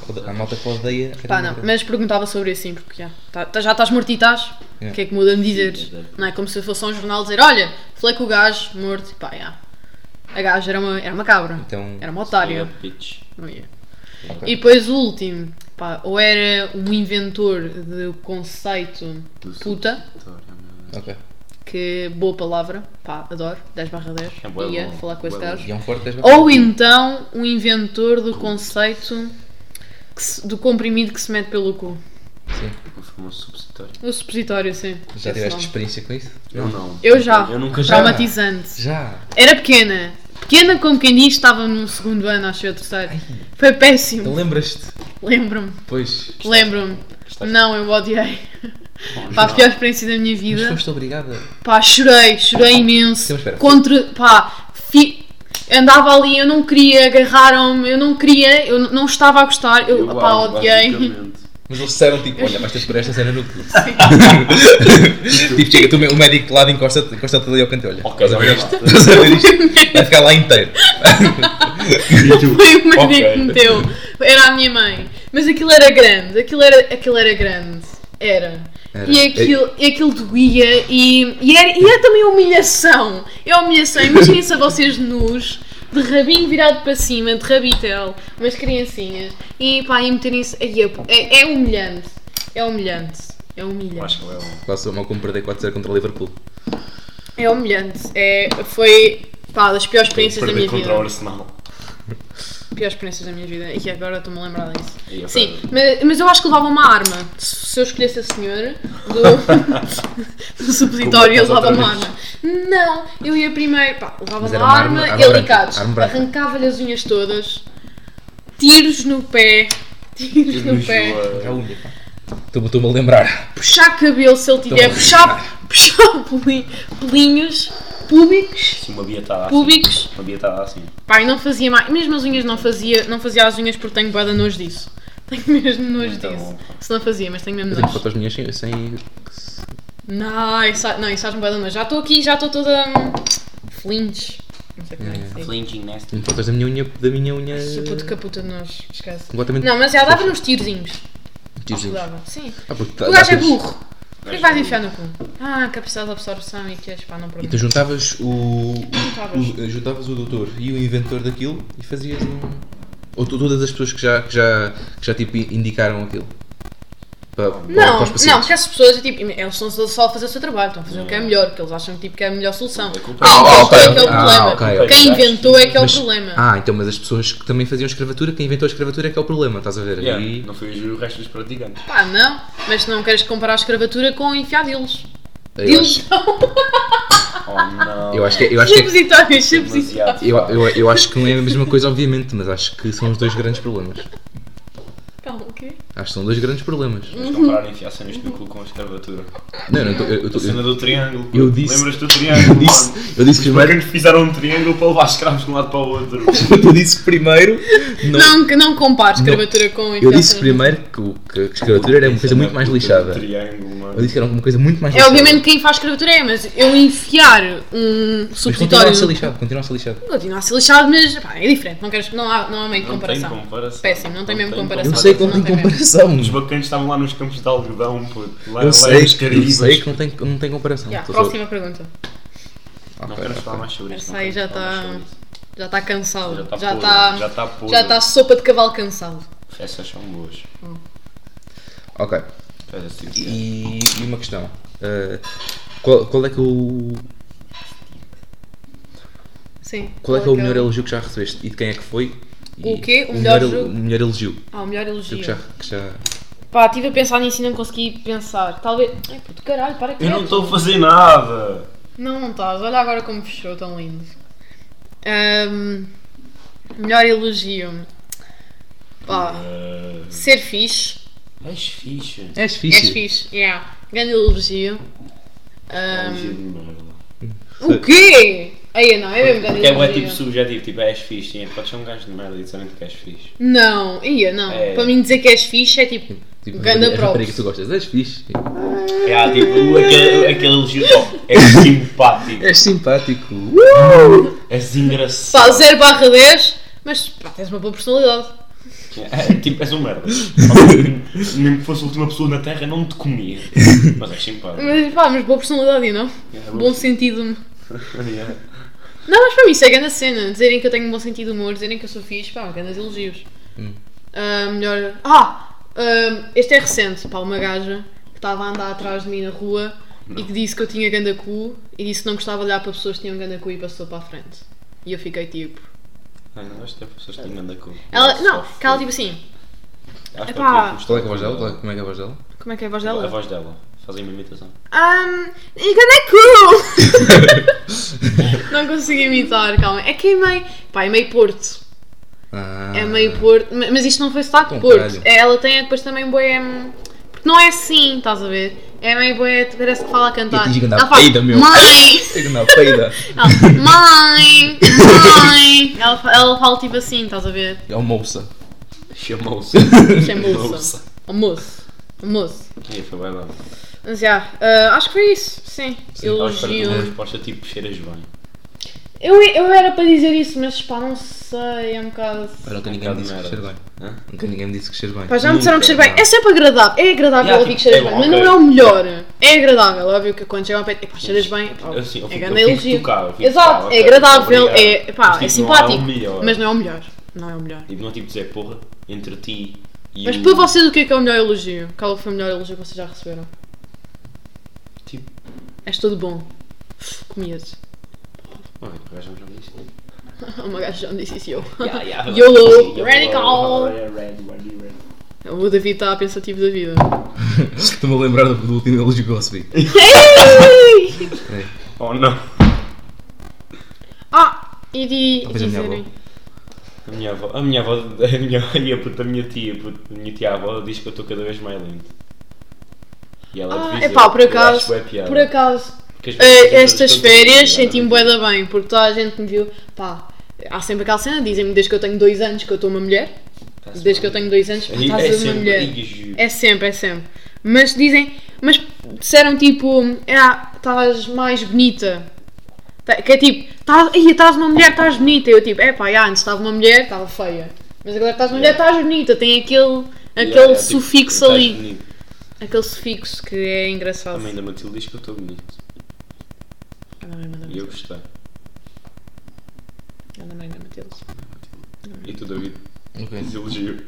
S1: ode- a malta que odeia. a
S3: Pá,
S1: Arena
S3: não,
S1: Grande.
S3: mas perguntava sobre isso sim, porque já, tá- tá- já estás morto e estás, o
S1: Yeah.
S3: que é que muda-me dizeres?
S2: Sim, exato.
S3: Não é como se fosse um jornal dizer, olha, falei com o gajo, morto, e pá, já. A gaja era uma, era uma cabra,
S1: Então.
S3: era uma otária.
S2: Sim, Pitch.
S3: Não ia.
S1: ok.
S3: E depois o último, pá, ou era um inventor do conceito
S2: Do
S3: puta,
S2: Vitória, meu.
S1: Ok.
S3: que boa palavra, pá, adoro, 10 barra 10,
S2: É bué
S3: ia
S2: bom,
S3: falar com esse
S2: bué
S3: gajo.
S1: E é um forte és
S3: Ou então um inventor do conceito que se- do comprimido que se mete pelo cu.
S1: Sim.
S2: O famoso supositório.
S3: O supositório, sim.
S1: Já
S3: Esse
S1: tiveste
S3: nome.
S1: experiência com isso?
S2: Eu não.
S3: Eu já.
S2: Eu nunca já.
S3: Traumatizante.
S1: Já!
S3: Era pequena. Pequena como quem diz, estava no segundo ano, acho eu, terceiro. Foi péssimo.
S1: Então lembras-te?
S3: Lembro-me.
S1: Pois.
S3: Lembro-me.
S2: Gostaste?
S3: Não, eu odiei.
S2: Bom,
S3: Pá, a
S2: não.
S3: pior experiência da minha
S1: Mas
S3: vida.
S1: foste obrigada.
S3: Pá, chorei, chorei imenso.
S1: Então, espera.
S3: Contra. Pá, fi- andava ali, eu não queria, agarraram-me, eu não queria, eu n- não estava a gostar, eu, pá,
S2: acho,
S3: odiei.
S2: basicamente.
S1: Mas eles disseram tipo, olha, vais ter por esta cena no cu. tipo, chega, tu, o médico de lado encosta-te encosta ali ao canto, olha.
S2: Ok,
S1: Estás a ver
S2: vai
S1: isto? Estás a ver isto? Vai ficar lá inteiro.
S3: Foi o médico
S2: Ok.
S3: que meteu. Era a minha mãe. Mas aquilo era grande, aquilo era, aquilo era grande. Era.
S1: Era.
S3: E, aquilo, e aquilo doía e, e, era, e é também humilhação. É humilhação. Imaginem-se a vocês nus, de rabinho virado para cima, de rabitel, umas criancinhas, e pá, e meterem-se. aí, É, é humilhante. É humilhante. É
S2: Eu um
S3: humilhante.
S2: Acho que ela.
S1: Passou mal como perder 4-0 contra o Liverpool.
S3: É humilhante. É, foi pá, das piores experiências é da minha
S2: Perder contra o
S3: vida.
S2: Arsenal.
S3: Piores experiências da minha vida. E agora estou-me a lembrar disso.
S2: E eu
S3: Sim,
S2: falei,
S3: mas, mas eu acho que levava uma arma. Se se eu escolhesse a senhora do, do supositório, eu
S1: Como
S3: levava uma
S1: outra
S3: arma. Não, eu ia primeiro. Pá, levava
S1: Mas
S3: uma,
S1: era uma
S3: arma,
S1: arma- arma branca,
S3: alicados.
S1: arma branca.
S3: Arrancava-lhe as unhas todas, tiros no pé, tiros no pé,
S1: É a unha, pá. Estou- Estou-me a lembrar.
S3: puxar cabelo se ele tiver,
S1: Então,
S3: puxar, puxar peli- pelinhos públicos.
S2: Uma bietada assim.
S3: Públicos.
S2: Uma bietada assim.
S3: Pá, e não fazia mais. Mesmo as unhas não fazia, não fazia as unhas porque tenho boa nojo disso. Tenho mesmo nojo
S2: Muito
S3: disso.
S2: bom, pá.
S3: Se não fazia, mas tenho mesmo
S1: Eu tenho
S3: nojo.
S1: fotos minhas sem. sem-
S3: Não, isso, não, isso faz-me bué da nojo. Já estou aqui, já estou toda. hum, Flinch. Não sei como é que se diz.
S2: Flinching nasty.
S1: Tenho fotos da minha unha. Da minha unha.
S3: Ai, puto caputa de nós, esquece.
S1: Completamente.
S3: Não, mas já dava uns tirozinhos.
S1: Tirozinhos.
S3: Dava, sim.
S1: Ah, porque
S3: O
S1: dá- dá
S3: gajo é
S1: tiros.
S3: burro. Por que vais enfiar no cu? Ah, capacidade de absorção e que és pá, não
S1: E
S3: perdoa.
S1: tu juntavas o.
S3: Juntavas.
S1: o- juntavas o doutor e o inventor daquilo e fazias um. Ou tu- todas as pessoas que já, que já, que já tipo, indicaram aquilo. Para, para,
S3: Não,
S1: para os pacientes.
S3: não, porque essas pessoas, tipo, eles estão só a fazer o seu trabalho, estão a fazer o que é
S2: Não.
S3: melhor, que eles acham tipo, que é a melhor solução.
S2: É culpa
S3: Ah,
S1: deles.
S3: inventou é que é o
S1: Ah,
S3: problema.
S1: ok, ok.
S3: Quem inventou é que é o
S1: Mas-
S3: problema.
S1: Ah, então, mas as pessoas que também faziam escravatura, quem inventou a escravatura é que é o problema, estás a ver?
S2: Yeah,
S1: E-
S2: Não foi o resto dos praticantes.
S3: Pá, não, mas não queres comparar a escravatura com enfiar deles.
S1: eu, acho,
S2: Oh não.
S1: eu acho que, eu acho que é-
S3: Supositórios, supositórios.
S2: Demasiado.
S1: eu, eu, eu acho que não é a mesma coisa, obviamente, mas acho que são os dois grandes problemas.
S3: Calma, o quê?
S1: Acho que são dois grandes problemas.
S2: Mas
S3: Uhum.
S2: comparar enfiar cenas no cu com a escravatura.
S1: Não, não, eu tô- eu, eu, tô-
S2: A cena do triângulo.
S1: Eu disse-
S2: Lembras-te do triângulo?
S1: eu disse, eu disse
S2: Os
S1: primeiro.
S2: bacanos fizeram um triângulo para levar escravos de um lado para o outro.
S1: Eu disse primeiro. Não,
S3: Não, que não compares escravatura com enfiar
S1: eu disse
S3: cenas.
S1: primeiro que, o- que, que a escravatura era uma coisa muito mais lixada. Eu
S2: Triângulo, mano.
S1: disse que era uma coisa muito mais
S3: É
S1: lixada.
S3: obviamente quem faz escravatura é, mas eu enfiar um
S1: Mas continua a ser
S3: supositório.
S1: lixado, continua a ser lixado.
S3: Continua a ser lixado, mas pá, é diferente, não, queres, não, há, não há meio de
S2: Não tem
S3: comparação.
S2: comparação.
S3: Péssimo, não tem mesmo
S1: Eu
S3: comparação.
S1: sei que não
S3: É Não
S1: tem
S3: tem mesmo.
S1: comparação.
S2: Os bacanos estavam lá nos campos de algodão, puto. Lá,
S1: Eu
S2: lá
S1: sei,
S2: nos
S1: eu
S2: Caribas.
S1: sei que não tem, não tem comparação.
S3: Já,
S1: Tô só-
S3: próxima pergunta.
S1: Ok,
S2: Não queremos falar mais sobre isso.
S3: Essa
S2: não
S3: aí
S2: queremos
S3: já
S2: falar mais
S3: está
S2: sobre isso.
S3: já está cansado. Já
S2: Já tá podre, já tá
S3: está
S2: podre.
S3: já está sopa de cavalo cansado.
S2: Essas são boas.
S1: ok.
S2: Espera, assim,
S1: E, e uma questão. Uh, qual, qual é que o
S3: Sim.
S1: qual é que é o melhor elogio que já recebeste e de quem é que foi? E
S3: O quê? O melhor
S1: el-
S3: jogo?
S1: o melhor elogio
S3: Ah, o melhor elogio.
S1: que já que já
S3: Pá, estive a pensar nisso e não consegui pensar. Talvez. Ai, puto caralho, para que
S2: Eu não
S3: é?
S2: estou a fazer nada!
S3: Não, não estás. Olha agora como fechou, tão lindo. Ahm, melhor elogio. Pá,
S2: Ah,
S3: ser fixe.
S2: É, és fixe.
S1: és
S3: És
S1: fixe.
S3: fixe, yeah. Grande elogio.
S2: É um
S3: Ahm,
S2: giro de merda.
S3: o quê? Aí não, é mesmo grande
S2: Porque é bué,
S3: elogio.
S2: tipo subjetivo, tipo, és fixe, sim, podes ser um gajo de merda e disserem que és fixe.
S3: Não, ia não.
S2: É.
S3: Para mim dizer que és fixe é tipo,
S1: Tipo,
S3: ganda
S1: a rapariga que
S3: props.
S1: tu gostas, és fixe.
S2: É, há, tipo, aquele, aquele elogio, oh, és simpático,
S1: És simpático.
S2: és engraçado.
S3: Pá, 0 barra 10, mas pá, tens uma boa personalidade.
S2: É, tipo, és um merda. Mesmo- Mesmo que fosse a última pessoa na Terra, não te comia. Mas és simpático.
S3: Mas pá, mas boa personalidade, não?
S2: É,
S3: Bom
S2: mas-
S3: sentido.
S2: Yeah.
S3: Não, mas para mim isso é grande cena. Dizerem que eu tenho um bom sentido de humor, dizerem que eu sou fixe, pá, grandes elogios.
S2: Hum.
S3: Ah, melhor. Ah! ah, este é recente, pá, uma gaja que estava a andar atrás de mim na rua e que disse que eu tinha ganda cu e disse que não gostava de olhar para pessoas que tinham ganda cu e passou para a frente. E eu fiquei tipo.
S2: Ai, não gosto de ter pessoas que têm ganda cu.
S3: Ela,
S2: Só
S3: não, que
S2: foda.
S3: ela tipo assim,
S2: Acho que
S3: Epá.
S2: eu tenho
S1: Qual é que é a voz dela? Qual é- Como é que é a voz dela?
S3: como é que é a voz
S2: A
S3: dela?
S2: voz dela. Fazem uma imitação.
S3: Um, e ganda cu! não consegui imitar, calma. É que é meio. pá, é meio Porto.
S1: Ah,
S3: É meio Porto, ma- mas isto não foi sotaque
S1: Com
S3: Porto.
S1: caralho.
S3: É, Ela tem depois também boé. Porque não é assim, estás a ver? É meio boé, parece que fala a
S1: E
S3: cantar.
S1: tens que andar
S3: Ela fala,
S1: peida, meu.
S3: Mãe!
S1: Pega na peida.
S3: Ela, mãe! Mãe! Ela, fa- ela fala tipo assim, estás a ver?
S1: É o moça.
S2: Chamou-se.
S3: Isto é moça. Almoço. Almoço.
S2: E aí, foi bem bom.
S3: Mas já, ah, acho que foi isso. Sim.
S2: Estava à espera de uma
S3: Elogio.
S2: resposta tipo, cheiras bem.
S3: Eu, eu era para dizer isso, mas pá, não sei, é um bocado.
S1: Pá, Nunca ninguém me disse que cheira bem.
S2: Hã?
S1: Nunca ninguém me disse que cheira bem.
S3: Pá, já me disseram que cheira
S1: Nunca,
S3: bem. É sempre agradável. É agradável
S2: Hum. Yeah,
S3: ouvir que
S2: tipo,
S3: cheiras
S2: é
S3: bem,
S2: bom,
S3: mas não
S2: ok.
S3: é o melhor. É agradável, óbvio que quando chega ao pé, epá, cheiras bem, epá,
S2: Eu sim, assim, eu
S3: é
S2: fico-
S3: grande
S2: eu fico
S3: elogio.
S2: tocado, eu fico
S3: Exato,
S2: tocado,
S3: é
S2: ok,
S3: agradável,
S2: obrigado.
S3: é, epá,
S2: Mas, tipo,
S3: é
S2: não é o
S3: simpático,
S2: melhor.
S3: mas não é o melhor. Não é o melhor.
S2: Tipo, não é tipo dizer porra entre ti e
S3: Mas
S2: o-
S3: para vocês, o que é que é o melhor elogio? Qual foi o melhor elogio que vocês já receberam?
S2: Tipo,
S3: És todo bom. Comias.
S2: olha, é por acaso já me disse.
S3: Uma gaja já me disse isso e eu.
S2: Yeah, yeah.
S3: YOLO,
S2: Sim,
S3: radical.
S2: yeah, red, red, red.
S3: O David está pensativo da vida.
S1: Estou-me a lembrar do, do último elogio que eu recebi.
S3: Ei!
S2: Oh não.
S3: ah, e, di, e
S1: Talvez a minha
S3: dizerem.
S2: A minha avó, a minha avó, a minha, e a puta da minha tia, puta, a minha tia avó diz que eu estou cada vez mais lento. E ela
S3: Ah,
S2: devia
S3: é pá,
S2: dizer,
S3: por
S2: eu acho
S3: acaso.
S2: bué piada.
S3: Por acaso.
S2: Porque as pessoas
S3: Eh,
S2: todas
S3: estas
S2: estão todas
S3: férias
S2: a
S3: senti-me
S2: olhar.
S3: bué da bem, porque toda a gente me viu, pá, há sempre aquela cena, dizem-me desde que eu tenho dois anos que eu estou uma mulher,
S2: Está-se
S3: desde que eu
S2: bem.
S3: tenho dois anos, pá,
S2: E
S3: estás
S2: é
S3: a uma
S2: sempre-
S3: mulher.
S2: Ih, ju-
S3: É sempre, é sempre. Mas dizem, mas disseram tipo, ah, estás mais bonita. Tá- Que é tipo, "Tá- "Ih, estás uma mulher, estás bonita. Eu tipo, é pá, já, antes estava uma mulher, estava feia. Mas agora estás uma mulher,
S2: Yeah.
S3: estás bonita. Tem aquele, aquele
S2: Yeah, é, tipo,
S3: sufixo
S2: estás
S3: ali.
S2: bonito.
S3: Aquele sufixo que é engraçado.
S2: A mãe da Matilde diz que eu estou bonito.
S3: Anda bem, manda
S2: E eu
S3: Matilde.
S2: gostei.
S3: Anda bem, anda Matilde.
S2: E tu, David,
S1: Ok.
S2: elogio.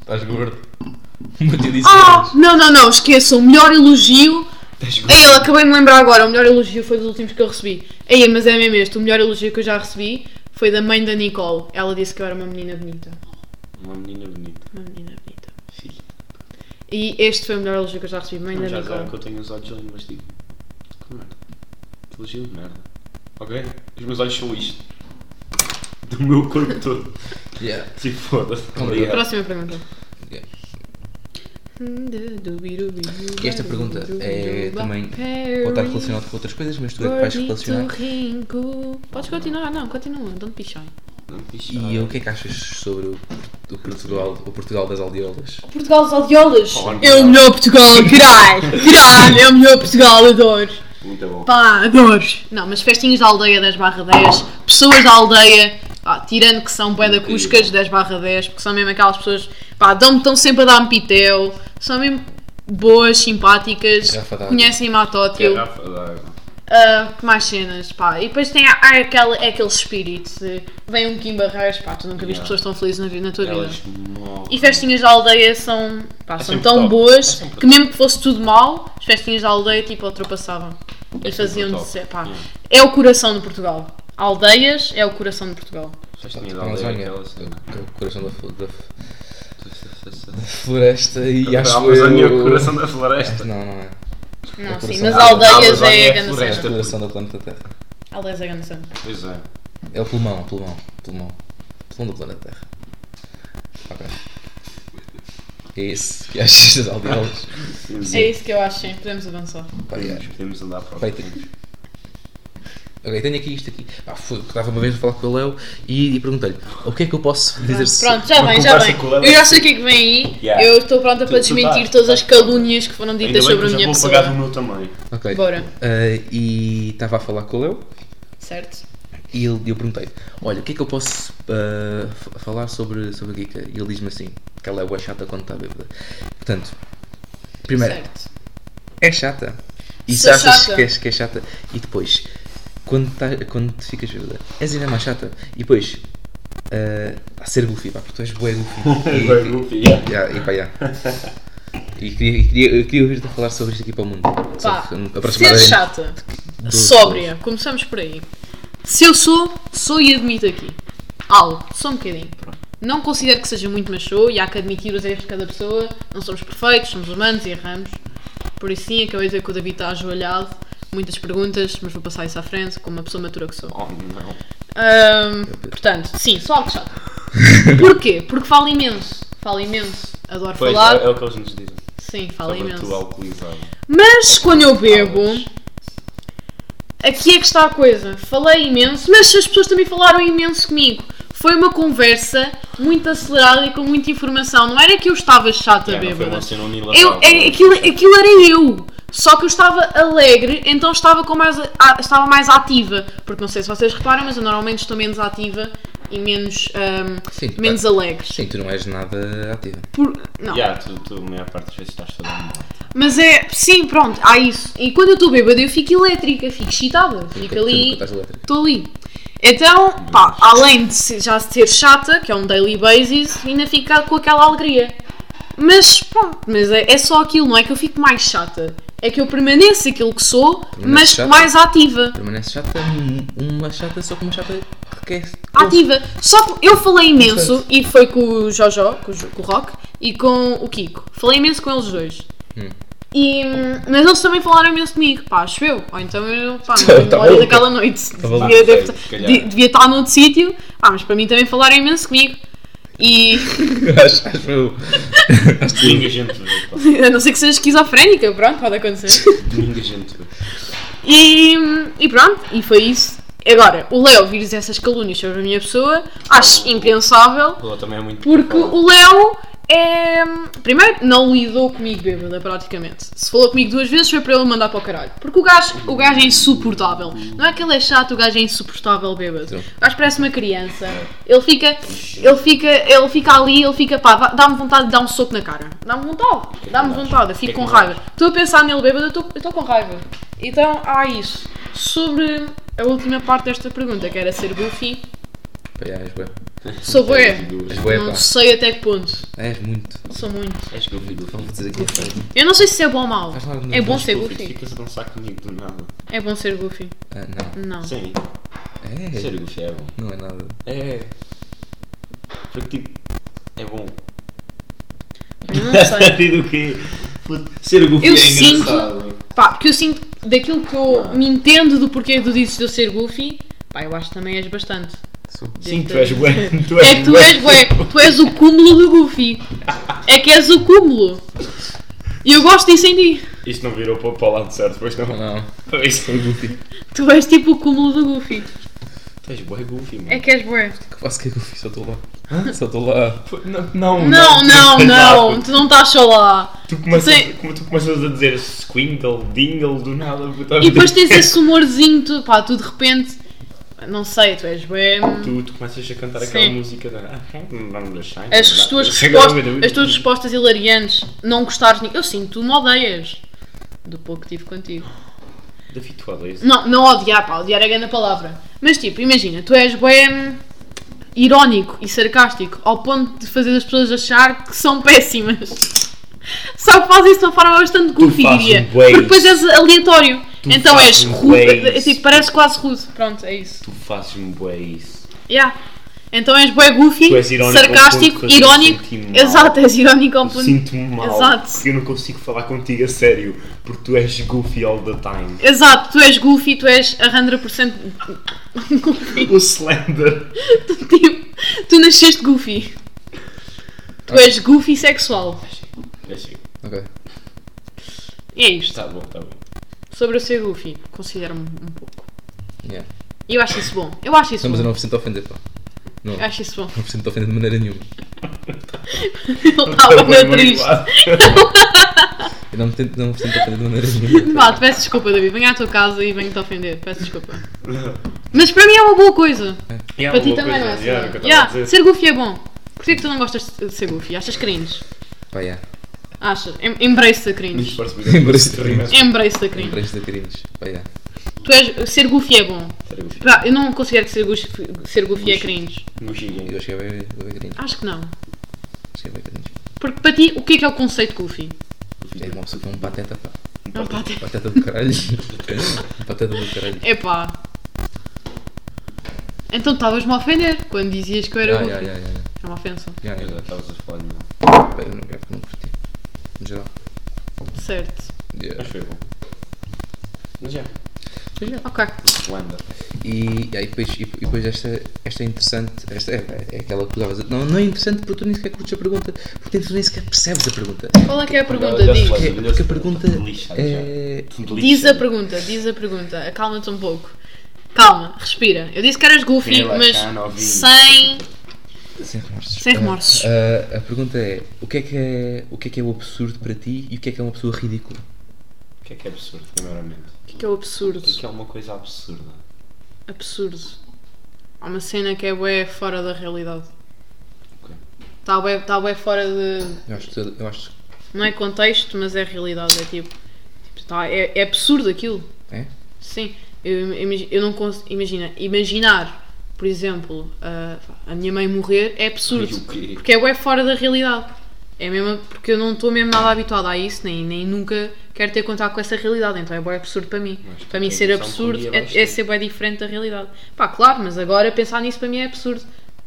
S1: Estás gordo. Mas eu disse
S3: Ah, não, não, não, esqueçam. O melhor elogio.
S2: Estás gordo.
S3: Ei, eu acabei de me lembrar agora. O melhor elogio foi dos últimos que eu recebi. Ei, mas é mesmo este. O melhor elogio que eu já recebi foi da mãe da Nicole. Ela disse que eu era uma menina bonita.
S2: Uma menina bonita.
S3: Uma menina bonita.
S2: Filha.
S3: E este foi o melhor elogio que eu já recebi. Mãe
S2: Não,
S3: da
S2: já disseram que
S3: Nicole.
S2: eu tenho os olhos lindos, mas tipo. Que merda. Elogio de merda. Ok? Os meus olhos são isto. Do meu corpo todo.
S1: Yeah.
S2: Tipo, foda-se.
S1: Obrigado.
S3: Próxima pergunta.
S1: Yeah. E esta pergunta é também- Pode estar relacionado com outras coisas, mas tu é que vais relacionar.
S3: relacionar. Podes continuar, não, continua, don't be shy.
S2: Não fiz nada.
S1: E o que é que achas sobre o, o Portugal, o Portugal das aldeolas?
S3: Portugal dos Aldeolas.
S2: Oh, não.
S3: é o melhor Portugal, caralho. Caralho, é o melhor Portugal, adoro.
S2: Muito bom.
S3: Pá, adoro. Não, mas festinhas da aldeia 10 barra 10, pessoas da aldeia, pá, tirando que são bué da cuscas 10 barra 10, porque são mesmo aquelas pessoas, pá, dão- estão sempre a dar-me pitel, são mesmo boas, simpáticas,
S2: É
S1: Garrafa d'água.
S3: conhecem-me à tótil.
S2: Garrafa d'água.
S3: Ah, que mais cenas, pá. E depois tem há- há aquele, é aquele espírito de vem um Kim Barreiros, pá, tu nunca viste
S2: Yeah.
S3: pessoas tão felizes na, vida, na tua vida.
S2: Elas morrem.
S3: E festinhas da aldeia são, pá, são
S2: sempre
S3: tão
S2: top. É
S3: boas
S2: sempre
S3: que mesmo que fosse tudo mal, as festinhas da aldeia tipo ultrapassavam. e faziam de
S2: É top.
S3: ser, pá.
S2: Yeah.
S3: É o coração de Portugal. Aldeias é o coração de Portugal.
S2: Festinha da aldeia,
S1: Amazónia,
S2: aquelas.
S1: é o coração da, fo- da f- floresta e acho
S2: A Amazónia é o coração da floresta.
S1: Não, não é.
S3: Não,
S1: o
S3: sim,
S1: coração
S3: mas
S1: da-
S3: aldeias
S2: Amazónia
S3: é
S2: é
S3: a grande
S1: É
S2: floresta.
S1: o
S3: cena.
S1: coração da planeta Terra.
S3: Aldeias é a grande cena.
S2: Pois é.
S1: É o pulmão, pulmão, pulmão. Pulmão do planeta Terra. Ok. É esse que achas das aldeolas.
S3: É isso que eu acho, sim. Podemos avançar.
S1: Obrigado.
S2: Podemos andar para o
S1: Feito. Ok, tenho aqui isto aqui. Pá, foi, estava uma vez a falar com o Léo e, e perguntei-lhe o que é que eu posso dizer se.
S3: Ah, Pronto, já
S2: Uma
S3: vem, já
S2: conversa
S3: vem.
S2: com ela.
S3: Eu já sei o que é que vem aí.
S2: Yeah.
S3: Eu estou pronta
S2: Tu-
S3: para
S2: tu
S3: desmentir
S2: tá-
S3: todas as
S2: tá-
S3: calúnias que foram ditas sobre a minha
S2: vou
S3: pessoa.
S2: pagar do meu tamanho.
S1: Ok.
S3: Bora.
S1: Eh, e estava a falar com o Léo
S2: um
S3: Certo?
S1: e ele, eu perguntei: Olha, o que é que eu posso eh, f- falar sobre, sobre a Kika? E ele diz-me assim: que ela é boa chata quando está bêbada. Portanto, primeiro,
S3: Certo.
S1: é chata. E se
S3: Sou
S1: achas
S3: chata.
S1: Que, és, que é chata. E depois, quando, tá, quando te ficas bêbada, és ainda mais chata. E depois, eh, a ser goofy, pá, porque tu és boa goofy. E-
S2: Agora vou pegar.
S1: Ya, e pá, ya. E queria, e queria, eu queria ouvir-te a falar sobre isto aqui para o mundo.
S3: Pá,
S1: Sobre, um,
S3: ser
S1: aproximadamente
S3: chata,
S1: doze
S3: sóbria, começamos por aí. Se eu sou, sou e admito aqui. Algo, sou um bocadinho. Não considero que seja muito, mas sou, e há que admitir os erros de cada pessoa. Não somos perfeitos, somos humanos e erramos. Por isso, sim, acabei de ver que o David está ajoelhado. Muitas perguntas, mas vou passar isso à frente, como uma pessoa matura que sou.
S2: Oh, não.
S3: Ahm, portanto, sim, sou algo chato. Porquê? Porque falo imenso. Falo imenso. Adoro
S2: Pois,
S3: falar.
S2: é, é o que eles nos dizem.
S3: Sim, falo
S2: Sobre
S3: imenso.
S2: tu alcoolizado.
S3: Mas quando eu bebo,
S2: Falas.
S3: aqui é que está a coisa. Falei imenso, mas as pessoas também falaram imenso comigo. Foi uma conversa muito acelerada e com muita informação. Não era que eu estava chata
S2: Yeah, É, não foi
S3: Tá bêbada.
S2: uma cena
S3: Eu,
S2: unilateral.
S3: é, aquilo, aquilo era eu. Só que eu estava alegre, então estava, com mais, a- estava mais ativa. Porque não sei se vocês reparam, mas eu normalmente estou menos ativa e menos, ahm,
S1: Sim, tu
S2: é.
S3: menos
S1: tá-
S3: alegre.
S1: Sim, tu não és nada ativa.
S3: Por- não.
S2: Yeah, tu, tu, a maior parte das vezes estás toda mal.
S3: Mas é, sim, pronto, há isso. E quando eu estou bêbada eu fico elétrica, fico excitada, fico
S1: Nunca- tu nunca
S3: ali,
S1: estás elétrica.
S3: estou ali. Então, pá, além de se- já ser chata, que é um daily basis, ainda fica com aquela alegria. Mas pronto, mas é, é só aquilo, não é que eu fico mais chata. É que eu permaneço aquilo que sou,
S1: Permaneces
S3: mas
S1: chata.
S3: mais ativa.
S1: Permanece chata, um- uma chata, só que uma chata que é.
S3: Ativa. Só que eu falei imenso, e foi com o Jojo, com o, Jo- com o Rock, e com o Kiko. Falei imenso com eles dois. E, hum, mas eles também falaram imenso comigo, pá, acho eu. Ou então eu, pá, não tenho
S1: Tá
S3: memória
S1: bom.
S3: daquela noite.
S1: bom.
S3: Devia, deve-
S2: Sei, se calhar.
S3: de- devia estar noutro sítio, pá, mas para mim também falaram imenso comigo. E tipo-
S1: acho acho eu.
S2: Domingo a gente vê, pá.
S3: a não ser que seja esquizofrénica, pronto, pode acontecer.
S2: Domingo a gente vê.
S3: E, hum, e pronto, e foi isso. Agora, o Léo vir dizer essas calúnias sobre a minha pessoa, acho impensável.
S2: Ela também é muito.
S3: Porque o Léo é. Primeiro, não lidou comigo bêbada, praticamente. Se falou comigo duas vezes foi para eu mandar para o caralho. Porque o gajo, o gajo é insuportável. Não é que ele é chato, o gajo é insuportável bêbado.
S1: Sim.
S3: O gajo parece uma criança. Ele fica. Ele fica, ele fica ali, ele fica. pá, vá- dá-me vontade de dar um soco na cara. Dá-me vontade,
S2: que
S3: dá-me
S2: dás?
S3: vontade, eu
S2: O que é
S3: fico
S2: que
S3: com
S2: dás?
S3: raiva. Estou a pensar nele bêbado, eu estou- eu estou com raiva. Então há isso. Sobre a última parte desta pergunta, que era ser goofy,
S1: Pá, já, és bué.
S3: sou bué.
S1: És bué,
S3: Não
S1: pá.
S3: sei até que ponto.
S1: És muito.
S3: Sou muito.
S2: És goofy do
S1: Vamos dizer aqui a frase.
S3: Eu não sei se é bom ou mau.
S1: Faz lá, não
S3: É bom
S1: faz
S3: ser goofy.
S2: Ficas a dançar comigo do nada.
S3: É bom ser goofy.
S1: Ah, não.
S3: Não.
S2: Sim,
S1: É.
S2: ser goofy é bom.
S1: Não é nada.
S2: É. Porque tipo. É bom.
S3: Eu não sei.
S2: sentido que. Ser goofy
S3: Eu
S2: é
S3: sinto-
S2: engraçado.
S3: Pá, porque eu sinto daquilo que eu me entendo do porquê do dizes de eu ser goofy, pá, eu acho que também és bastante.
S1: Sou.
S2: Sim, tu és bué. Tu
S3: É que tu és, bué, tu és o cúmulo do goofy. É que és o cúmulo. E eu gosto disso em ti.
S2: Isto não virou para o lado certo, pois não.
S1: Não.
S2: Isto é goofy.
S3: Tu és tipo o cúmulo do goofy.
S2: Tu és bué goofy, mano.
S3: É que és bué.
S1: Que faço o que é que eu fiz? Só estou lá. Só estou lá.
S2: Não,
S3: Não, não, não. Tu não estás só lá.
S2: Tu começas,
S3: Sim.
S2: como tu começas a dizer squinkle, dingle, do nada. puta.
S3: E depois tens esse humorzinho, tu, pá, tu de repente... Não sei, tu és bué... hum,
S2: Tu, tu começas a cantar
S3: Sim.
S2: aquela música "Ah, da. As
S3: As tuas, respostas, as tuas respostas hilariantes, não gostares de ninguém. Eu sinto, tu me odeias. Do pouco que tive contigo.
S2: Davi, tu odeias.
S3: Não, não odiar, pá, odiar é a grande palavra. Mas tipo, imagina, tu és bem irónico e sarcástico ao ponto de fazer as pessoas achar que são péssimas. Só que fazes isso de uma forma bastante goofy,
S2: fazes um
S3: diria.
S2: bué
S3: Porque depois
S2: isso.
S3: és aleatório.
S2: Tu
S3: então és
S2: fazes um
S3: rude,
S2: bué
S3: é, tipo,
S2: isso.
S3: parece quase rude. Pronto, é isso.
S2: Tu fazes-me bué isso.
S3: Yeah. Então és bué goofy,
S2: Tu és irónico ao
S3: sarcástico,
S2: ponto de fazer-me
S3: irónico.
S2: sentir mal.
S3: Exato, és irónico ao
S2: Eu
S3: ponto.
S2: sinto-me mal.
S3: Exato.
S2: Porque eu não consigo falar contigo a sério. Porque tu és goofy all the time.
S3: Exato, tu és goofy, tu és a 100% goofy.
S2: O Slender. É assim,
S3: Tipo, tu nasceste goofy. Tu és goofy sexual.
S1: Ok.
S3: E é isto.
S1: Tá.
S2: Está Tá bom, está bom.
S3: Sobre eu ser goofy, considero-me um pouco.
S1: Yeah.
S3: Eu acho isso bom. Eu acho isso
S1: Estamos a
S3: bom.
S1: 9% a ofender, pá. Não,
S3: Eu acho isso bom.
S1: 9% a ofender de maneira nenhuma.
S3: Ele estava
S2: Também
S3: meio
S2: vou
S3: Tá, triste.
S2: igual.
S1: Eu não me tento, não me sinto ofendido de maneira nenhuma.
S3: Vá, te peço desculpa, David. Venho à tua casa e venho-te ofender. Peço desculpa. Mas para mim é uma boa coisa.
S2: Yeah,
S3: para ti
S2: uma
S3: também
S2: coisa,
S3: não é
S2: yeah,
S3: assim.
S2: era o que eu
S3: Yeah,
S2: estava a dizer.
S3: ser goofy é bom. Porquê que tu não gostas de ser goofy? Achas cringe?
S1: Pá, yeah.
S3: Achas? Em- Embrace da
S2: Me
S3: cringe.
S2: esforço muito.
S1: Parece-
S2: Sorri, mas-
S3: Embrace da cringe.
S1: Empreste da cringe. Pá, yeah.
S3: Tu és, ser goofy é bom.
S2: Sério, goofy.
S3: Pá, eu não considero que ser goofy, ser goofy é cringe.
S2: Goofy,
S1: Eu acho que é bem, bem cringe.
S3: Acho que não.
S1: Acho que é bem cringe.
S3: Porque para ti, o que é que é o conceito de goofy?
S1: É uma pessoa que é um pateta, pá.
S3: Não, pá, até-
S1: Pateta do caralho. pateta do caralho.
S3: Epá. Então estavas-me a ofender quando dizias que eu era
S1: Ah,
S3: goofy.
S1: yeah, yeah, yeah.
S3: É uma ofensa.
S1: Yeah, yeah.
S2: Estavas a falar de mim.
S1: Pá, eu não, é porque não curti. No geral.
S3: Certo.
S1: Yeah.
S2: Mas foi bom. Mas já.
S3: Ok.
S2: Landa.
S1: E, e aí depois, e, e depois esta, esta é interessante, esta é, é aquela que tu estavas a não, não é interessante porque tu nem sequer curtes a pergunta, porque tu nem sequer percebes a pergunta.
S3: Qual é que é a pergunta?
S2: Olha,
S3: Diz.
S2: olha,
S1: É, porque a pergunta
S2: Lixado
S1: é...
S2: já.
S3: Diz a
S2: Lixado.
S3: pergunta, diz a pergunta. Acalma-te um pouco. Calma, respira. Eu disse que eras goofy,
S2: Relaxa,
S3: mas
S2: novinho.
S3: sem.
S1: Sem remorsos.
S3: Sem remorsos.
S1: Ah, ah, a pergunta é o, que é que é, o que é que é o absurdo para ti e o que é que é uma pessoa ridícula?
S2: O que é que é absurdo, primeiramente?
S3: O que é que é o absurdo?
S2: O que é que é uma coisa absurda?
S3: Absurdo. Há uma cena que é bué fora da realidade.
S2: Ok.
S3: Está bué, tá bué fora de.
S1: Eu acho, que- eu acho que-
S3: Não é contexto, mas é realidade. É tipo. tipo, tá- é, é absurdo aquilo.
S1: É?
S3: Sim. Eu, imagi- eu não consigo. Imagina. Imaginar, por exemplo, a, a minha mãe morrer é absurdo.
S2: E o quê?
S3: Porque é bué fora da realidade. É mesmo porque eu não estou mesmo nada habituada a isso, nem, nem nunca quero ter contato com essa realidade, então é bué absurdo para mim.
S2: Mas tu
S3: para mim
S2: tens
S3: ser
S2: noção que um dia
S3: absurdo
S2: vais
S3: é,
S2: ter.
S3: é ser bué diferente da realidade. Pá, claro, mas agora pensar nisso para mim é absurdo.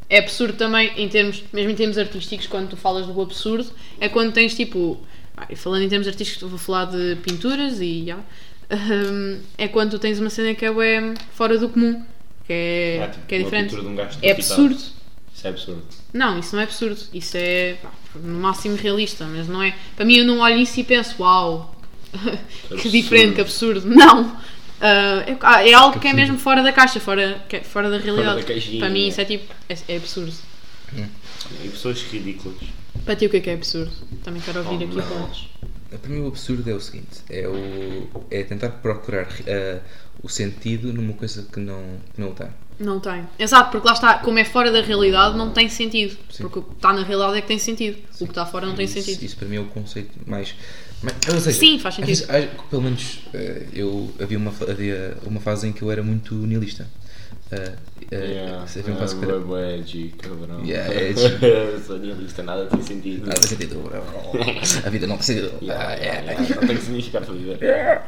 S3: É absurdo também em termos, mesmo em termos artísticos, quando tu falas do absurdo, é quando tens tipo, ah, e falando em termos artísticos, vou falar de pinturas e já. Ahm, é quando tu tens uma cena que é bué fora do comum, que é,
S2: Ah, tipo,
S3: que é
S2: uma
S3: diferente.
S2: pintura de um gajo
S3: é
S2: decapitado.
S3: absurdo.
S2: Isso é absurdo.
S3: Não, isso não é absurdo. Isso é pá, no máximo realista, mas não é. Para mim, eu não olho isso e penso, uau, que
S2: absurdo.
S3: diferente, que absurdo. Não! Ah, é, ah, é algo que é
S1: absurdo.
S3: mesmo fora da caixa, fora, que é fora da realidade.
S2: caixinha.
S3: para mim, isso é tipo. É, é absurdo.
S2: E pessoas ridículas.
S3: Para ti, o que é que é absurdo? Também quero ouvir
S2: Oh,
S3: aqui
S2: não.
S3: falas.
S1: Para mim o absurdo é o seguinte, é, o, é tentar procurar ah, o sentido numa coisa que não, que não tem.
S3: Não tem. Exato, porque lá está, como é fora da realidade, não tem sentido.
S1: Sim.
S3: Porque o que está na realidade é que tem sentido. O que está fora não tem
S1: isso,
S3: sentido.
S1: Isso para mim é o conceito mais. mais- ou seja,
S3: Sim, faz
S1: às
S3: sentido.
S1: vezes- às- pelo menos eh, eu havia uma, fa- havia uma fase em que eu era muito nihilista. Eh, eh, havia uma fase que era.
S2: é edgy, cabrão.
S1: Yeah, é
S2: Sou nihilista, nada tem sentido.
S1: Ah, tem sentido. A vida não tem sentido. Ah,
S2: Yeah, yeah,
S1: é,
S2: yeah, Não tem significado para viver.
S1: é.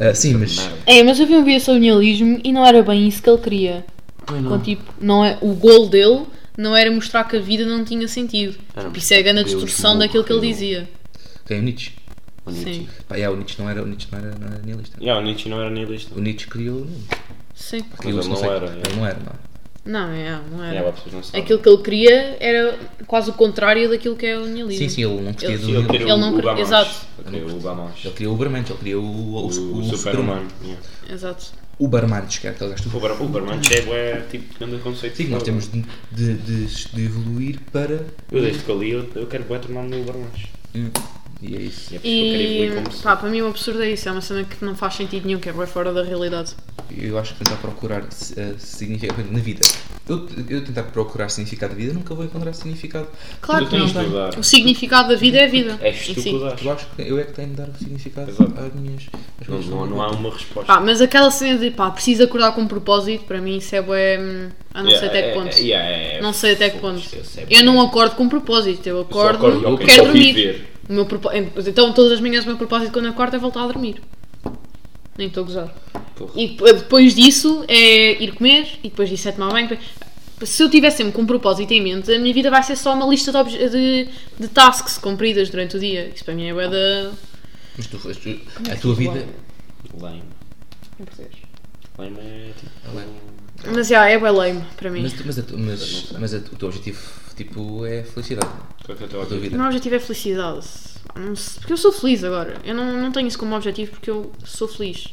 S1: Ah, sim, mas.
S2: Nada.
S3: É, mas eu vi um vídeo sobre nihilismo e não era bem isso que ele queria. Com, tipo, não é, o gol dele não era mostrar que a vida não tinha sentido.
S2: Era
S3: Tipo, isso é a grande
S2: Deus
S3: distorção
S2: morreu.
S3: daquilo que ele dizia.
S1: Quem é o Nietzsche?
S3: Sim,
S1: Pá, yeah, o Nietzsche não era, o Nietzsche não era, não era nihilista.
S2: Yeah, o Nietzsche não era nihilista.
S1: O Nietzsche criou.
S3: sim.
S1: criou
S2: ele
S1: esse
S2: não
S1: conceito.
S2: era, yeah.
S1: Ele não era, não.
S3: Não, é, não
S2: Yeah,
S3: era.
S2: há pessoas que não sabem.
S3: Aquilo que ele queria era quase o contrário daquilo que é o nihilismo.
S1: Sim, sim, ele não curtia
S3: Ele-
S1: do
S2: Sim, ele
S1: nihilismo.
S2: criou
S3: Ele não
S2: o
S3: cre-
S2: Gamache.
S3: exato.
S2: Ele criou o Gamache.
S1: Ele criou o Uberman, ele criou o, o,
S2: O,
S1: o, o Superman.
S2: Superman. yeah.
S3: Exato.
S1: Uberman, que era aquele gajo do
S2: O Uber- o Superman é bué, tipo grande conceito.
S1: Sim, nós temos de, de- de- de evoluir para.
S2: Eu desde que eu li, eu, eu quero bué tornar-me no Uber Manche.
S1: Hum, E é isso.
S2: E é por isso que eu queria
S3: E,
S2: evoluir como pessoa.
S3: pá, para mim o absurdo é isso. É uma cena que não faz sentido nenhum, que é bem fora da realidade.
S1: Eu acho que tentar procurar se- eh, significado na vida. Eu, eu tentar procurar significado na vida, nunca vou encontrar significado.
S3: Claro
S1: Tu
S3: que
S1: tens
S2: de
S3: não.
S2: dar.
S3: O significado da vida é a vida.
S2: És tu
S3: em si.
S2: que o dás.
S1: Eu acho que eu é que tenho de dar o significado
S2: Exato.
S1: às minhas. às
S2: Não,
S1: minhas
S2: não, não há uma resposta.
S3: Pá, mas aquela cena de pá, preciso acordar com um propósito, para mim isso é bué. hum, Ah, não sei
S2: Yeah,
S3: até que
S2: é-
S3: ponto.
S2: é- yeah, é-
S3: Não sei até que
S2: foda-se,
S3: ponto.
S2: esse é
S3: Eu
S2: bom.
S3: não acordo com um propósito, eu
S2: só
S3: acordo,
S2: acordo,
S3: eu
S2: ok,
S3: quero
S2: só
S3: dormir.
S2: viver.
S3: O meu propo- Então todas as manhãs o meu propósito quando acordo é voltar a dormir. Nem estou a gozar.
S2: Porra.
S3: E p- depois disso é ir comer, e depois disso é tomar banho. Se eu tiver sempre com um propósito em mente, a minha vida vai ser só uma lista de, obje- de, de tasks cumpridas durante o dia. Isso para mim é bué da...
S1: Mas tu, tu- a tua vida.
S2: Lame.
S3: em português.
S2: Lame é tipo.
S1: Lame.
S3: Mas já, é bem lame para mim.
S1: Mas, tu- mas, a tu- mas, mas a tu- o teu objetivo tipo, é a felicidade.
S2: Qual é que é
S1: A
S2: o teu
S1: tua
S2: objetivo?
S1: vida.
S3: O meu objetivo é felicidade. Pá, não se- Porque eu sou feliz agora. Eu não, não tenho isso como objetivo porque eu sou feliz.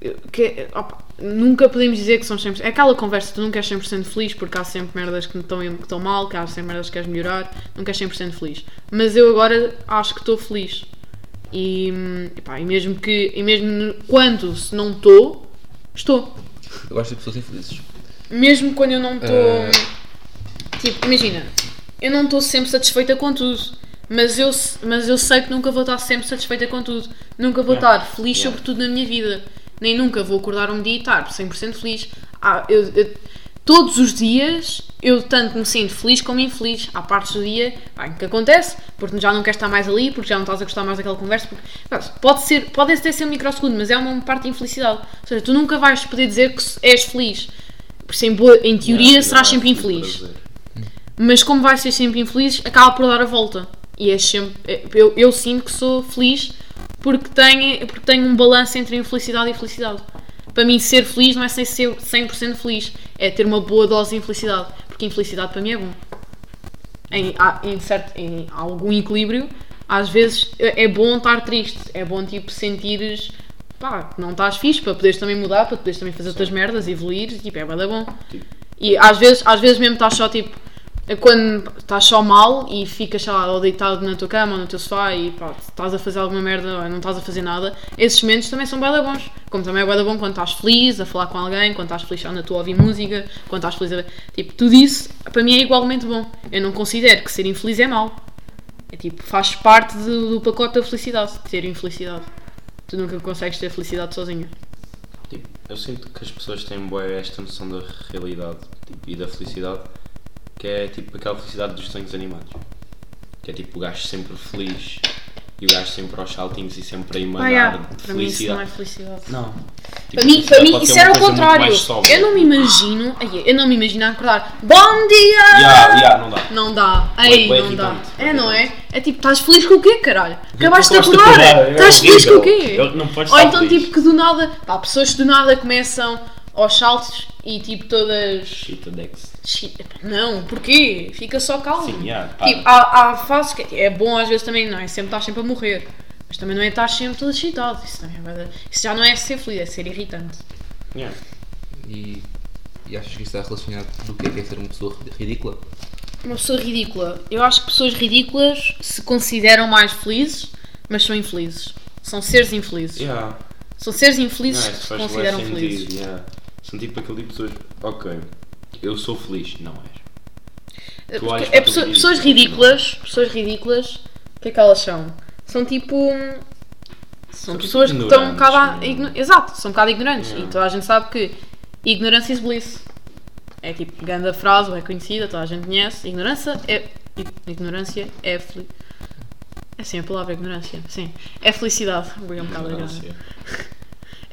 S3: Eu- que- opa, nunca podemos dizer que somos 100%. É aquela conversa, tu nunca és 100% feliz porque há sempre merdas que estão, que estão mal, que há sempre merdas que queres melhorar, nunca és 100% feliz. Mas eu agora acho que estou feliz. E, hum, epá, e mesmo que. E mesmo quando se não estou, estou.
S1: Eu gosto de pessoas infelizes.
S3: Mesmo quando eu não estou.
S1: Eh.
S3: Tipo, imagina, eu não estou sempre satisfeita com tudo, mas eu, mas eu sei que nunca vou estar sempre satisfeita com tudo. Nunca vou
S2: Yeah.
S3: estar feliz
S2: Yeah.
S3: sobre tudo na minha vida. Nem nunca vou acordar um dia e estar 100% feliz. Ah, eu- eu- todos os dias eu tanto me sinto feliz como infeliz. Há partes do dia pá, em que acontece, porque já não queres estar mais ali, porque já não estás a gostar mais daquela conversa. Porque, pá, pode ser, pode até ser um microsegundo, mas é uma parte de infelicidade. Ou seja, tu nunca vais poder dizer que és feliz. Por isso, em, boa- em teoria,
S2: Yeah,
S3: serás
S2: não é
S3: sempre
S2: assim, para
S3: infeliz.
S2: dizer.
S3: Mas como vais ser sempre infeliz, acaba por dar a volta. E é sempre, eu, eu sinto que sou feliz porque tenho, porque tenho um balanço entre infelicidade e felicidade. Para mim, ser feliz não é sem ser 100% feliz, é ter uma boa dose de infelicidade. Porque infelicidade para mim é bom. Em, há- em, certo, em algum equilíbrio, às vezes é é bom estar triste, é bom tipo sentires pá, que não estás fixe para poderes também mudar, para poderes também fazer outras merdas, evoluir, tipo, é bada bom.
S2: Tipo,
S3: E às vezes, às vezes mesmo estás só tipo. Quando estás só mal e ficas, sei lá, ou deitado na tua cama ou no teu sofá e pá, estás a fazer alguma merda ou não estás a fazer nada, esses momentos também são bué da bons. Como também é bué da bom quando estás feliz a falar com alguém, quando estás feliz onde tu a ouvir música, quando estás feliz a... Tipo, tudo isso para mim é igualmente bom. Eu não considero que ser infeliz é mau. É tipo, faz parte do, do pacote da felicidade, ter infelicidade. Tu nunca consegues ter felicidade sozinho.
S2: Tipo, eu sinto que as pessoas têm boa esta noção da realidade tipo, e da felicidade, que é tipo aquela felicidade dos sonhos animados. Que é tipo o gajo sempre feliz e o gajo sempre aos saltinhos e sempre a
S3: Pá,
S2: emanar
S3: Ah, yeah,
S2: de
S3: para mim isso não é
S2: felicidade.
S3: felicidade.
S2: Não. Tipo,
S3: Para mim, para
S2: felicidade
S3: mim
S2: pode ser uma
S3: isso era o
S2: coisa muito
S3: contrário.
S2: mais sóbria.
S3: Eu não me imagino. ai, Eu não me imagino a acordar. Bom dia!
S2: Yeah, yeah, não dá.
S3: Não dá. Ei,
S2: bué
S3: não dá.
S2: irritante.
S3: É, não é? É tipo, estás feliz com o quê, caralho? Acabaste de
S2: Acabaste de acordar,
S3: acordar.
S2: é
S3: Estás feliz com o
S2: horrível.
S3: quê?
S2: Eu não posso
S3: Ou
S2: estar
S3: então,
S2: feliz.
S3: tipo, que do nada. Pá, pessoas que do nada começam aos saltos e tipo todas.
S2: Chita Dex.
S3: Chi- Não, porquê? Fica só calmo.
S2: Sim, yeah, pá.
S3: tipo, há, há fases que é bom às vezes também, não é? Sempre estás sempre a morrer. Mas também não é estar sempre todo excitado. Isso, também é verdade. Isso já não é ser feliz, é ser irritante.
S2: Yeah.
S1: E, e achas que isso está relacionado do que é, que é ser uma pessoa ridícula?
S3: Uma pessoa ridícula. Eu acho que pessoas ridículas se consideram mais felizes, mas são infelizes. São seres infelizes.
S2: Yeah.
S3: São seres infelizes
S2: Não,
S3: que
S2: isso
S3: se
S2: faz bué
S3: consideram
S2: sentido,
S3: felizes.
S2: yeah. São tipo aquele tipo de pessoas. Ok, eu sou feliz. Não és.
S3: É
S2: Tu olhas
S3: porque-
S2: para
S3: é
S2: o
S3: pessoa-
S2: vídeo,
S3: pessoas
S2: não.
S3: ridículas, pessoas ridículas, o que é que elas são? São tipo. hum,
S2: São
S3: São
S2: tipo
S3: pessoas que estão um
S2: ignorantes,
S3: bocado. a-
S2: não é?
S3: igno- Exato, são um bocado ignorantes.
S2: Yeah.
S3: E toda a gente sabe que ignorância is bliss. É tipo, grande a frase, é conhecida, toda a gente conhece. Ignorância é. i- Ignorância é. Fel... É sim, a palavra ignorância. Sim. É felicidade. Ui, é um bocado
S2: Não
S3: ignorante.
S2: sei.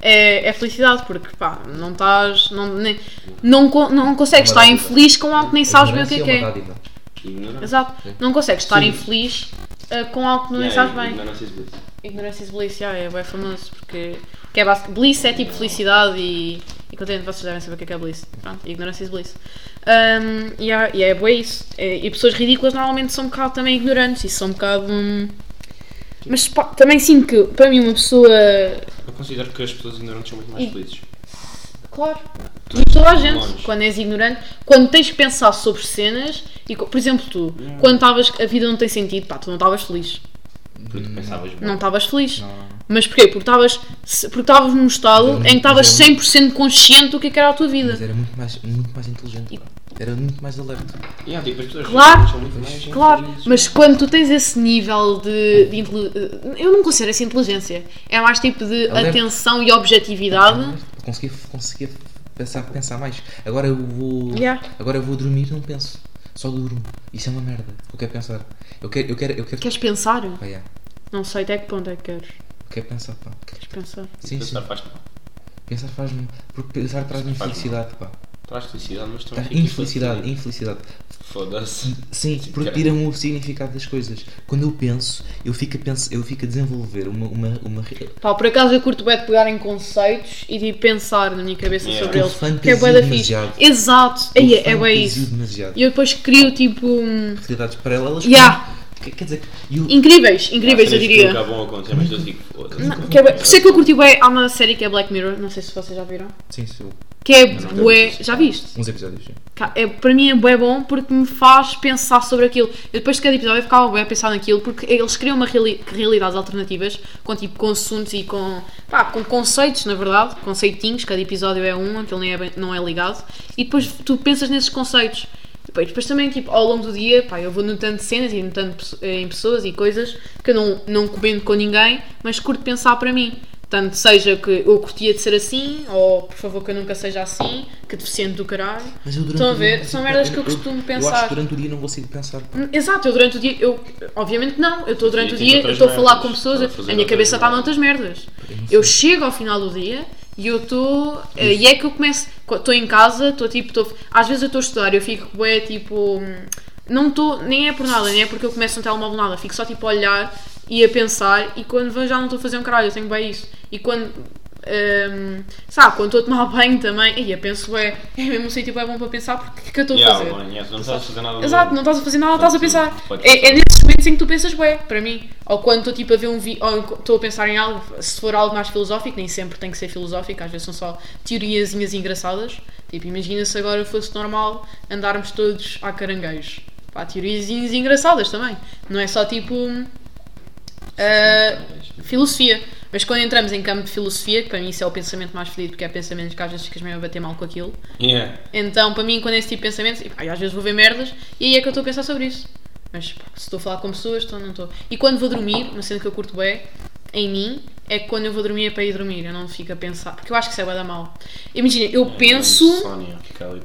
S3: é, é felicidade, porque pá, não estás. Não, nem- não, co- não consegues
S1: É uma
S3: estar
S1: dádiva.
S3: infeliz com algo que nem sabes bem o que é que
S1: Uma
S3: é.
S1: dádiva.
S2: Ignorante.
S3: Exato. Não consegues estar
S1: Sim.
S3: infeliz ah, com algo que não
S2: Yeah, é
S3: sabes bem.
S2: ignorância is bliss.
S3: Ignorância is bliss, yeah, é bem famoso, porque que é base... bliss é tipo felicidade e, e contente, vocês devem saber o que é, que é bliss. Pronto, ignorância is bliss. Um, e yeah, yeah, é boa isso. É, E pessoas ridículas normalmente são um bocado também ignorantes e são um bocado. hum, Mas pá, também sinto que para mim uma pessoa.
S2: Eu considero que as pessoas ignorantes são muito mais
S3: E-
S2: felizes.
S3: Claro, Mas toda a gente,
S2: Longe.
S3: quando és ignorante, quando tens que pensar sobre cenas, e, co- por exemplo, tu,
S2: Yeah.
S3: quando estavas, a vida não tem sentido, pá, tu não estavas feliz.
S2: Porque tu pensavas bem.
S3: Não estavas feliz.
S1: Não.
S3: Mas porquê? Porque estavas se- porque estavas num estado
S1: Mas é
S3: em que estavas
S1: muito- mas é
S3: 100% consciente do que é que era a tua
S1: Mas
S3: vida.
S1: era muito mais, muito mais inteligente. pá. Era muito mais alerta.
S2: Yeah, tipo, as pessoas
S3: Claro,
S2: são muito mais
S1: um
S3: Claro,
S2: felizes.
S3: mas
S1: é?
S3: quando tu tens esse nível de, de intele- Eu não considero essa inteligência. É mais tipo de
S1: Alerta.
S3: atenção e objetividade.
S1: Conseguia, conseguia pensar, pensar mais. Agora eu vou.
S3: Yeah.
S1: Agora eu vou dormir não penso. Só durmo. Isso é uma merda. Eu quero pensar. Eu quero. Eu quero. Eu quero,
S3: Queres pensar?
S1: Pá, yeah.
S3: Não sei até que ponto é que queres.
S1: Eu quero pensar, pá.
S3: Queres pensar?
S1: Sim, sim.
S2: Pensar faz mal.
S1: Pensar faz-me. Porque pensar traz-me
S2: Faz mal.
S1: infelicidade, pá.
S2: Traz felicidade, mas também
S1: Traz
S2: fica
S1: infelicidade,
S2: infeliz.
S1: infelicidade.
S2: Foda-se.
S1: Sim, porque tira-me o significado das coisas. Quando eu penso, eu fico a, pens- eu fico a desenvolver uma, uma, uma re-
S3: Pá, por acaso eu curto bem de pegar em conceitos e de pensar na minha cabeça
S2: Yeah.
S3: sobre
S2: Eu
S3: eles.
S1: fantasio
S3: Que é bué da fixe.
S1: demasiado.
S3: Exato.
S1: Tipo
S3: Aí, é
S1: Eu
S3: bem
S1: fantasio
S3: isso.
S1: demasiado.
S3: E eu depois crio tipo. hum,
S1: Realidades paralelas.
S3: Yeah.
S1: como- que- Quer dizer, e o-
S3: Incríveis, incríveis, eu
S2: Cenas que
S3: diria.
S2: Nunca vão acontecer, mas eu digo, foda-se.
S3: Não, que é bué- Por isso é que eu curti bem. Há uma série que é Black Mirror, não sei se vocês já viram.
S1: Sim, sim,
S3: Que é
S2: não
S3: bué.
S2: vi.
S3: Já viste?
S1: uns episódios. sim.
S3: Pá, É, para mim é bué bom porque me faz pensar sobre aquilo. Eu depois de cada episódio eu ficava bué a pensar naquilo porque eles criam uma reali- realidades alternativas com tipo com assuntos e com, pá, com conceitos, na verdade, conceitinhos, cada episódio é um, aquilo nem é bem- não é ligado, e depois tu pensas nesses conceitos. Depois, depois também, tipo, ao longo do dia, pá, eu vou notando cenas e notando pesso- em pessoas e coisas que eu não, não comento com ninguém, mas curto pensar para mim. Tanto seja que eu curtia de ser assim, ou por favor que eu nunca seja assim, que deficiente do caralho.
S1: Mas eu durante
S3: Estão a
S1: o dia
S3: ver?
S1: não
S3: São
S1: consigo-
S3: merdas que eu
S1: eu-
S3: costumo
S1: Eu acho
S3: pensar.
S1: que durante o dia não consigo pensar.
S3: Hum, Exato, eu durante o dia, eu obviamente não, eu estou durante o
S2: tens
S3: dia, eu
S2: outras
S3: estou a falar
S2: merdas,
S3: com pessoas,
S2: estás a fazer
S3: a minha
S2: outras
S3: cabeça está
S2: merdas.
S3: noutras merdas. Eu chego ao final do dia e eu estou. E é que eu começo. Estou em casa, estou tipo. tô- às vezes eu estou a estudar, eu fico bué tipo. hum, Não estou. Nem é por nada, nem é porque eu começo no telemóvel nada, fico só tipo a olhar e a pensar e quando vejo já não estou a fazer um caralho, eu tenho bem isso. E quando. hum, sabe, quando estou a tomar banho também, aí eu penso, é, é mesmo um sítio bem bom para pensar, porque o que é que eu estou a
S2: Yeah,
S3: fazer?
S2: mano, yeah, não estás a fazer nada.
S3: Exato, não estás a fazer nada, estás a
S2: Pode
S3: pensar.
S2: ser, pode ser.
S3: É, é nesses momentos em que tu pensas, ué, para mim. Ou quando estou tipo a ver um vídeo, ou estou a pensar em algo, se for algo mais filosófico, nem sempre tem que ser filosófico, às vezes são só teoriazinhas engraçadas. Tipo, imagina se agora fosse normal andarmos todos a caranguejo. Pá, teoriazinhas engraçadas também. Não é só tipo. ah,
S2: tá,
S3: filosofia. Mas quando entramos em campo de filosofia, que para mim isso é o pensamento mais fedido, porque é pensamento que às vezes ficas mesmo a bater mal com aquilo.
S2: Yeah.
S3: Então, para mim, quando é esse tipo de pensamentos, e pá, eu às vezes vou ver merdas e aí é que eu estou a pensar sobre isso. Mas pá, se estou a falar com pessoas, então não estou. E quando vou dormir, uma cena que eu curto bem em mim é que quando eu vou dormir é para ir dormir, eu não fico a pensar, porque eu acho que isso é bué da mal. Imagina, eu penso.
S2: Insónia, fica ali.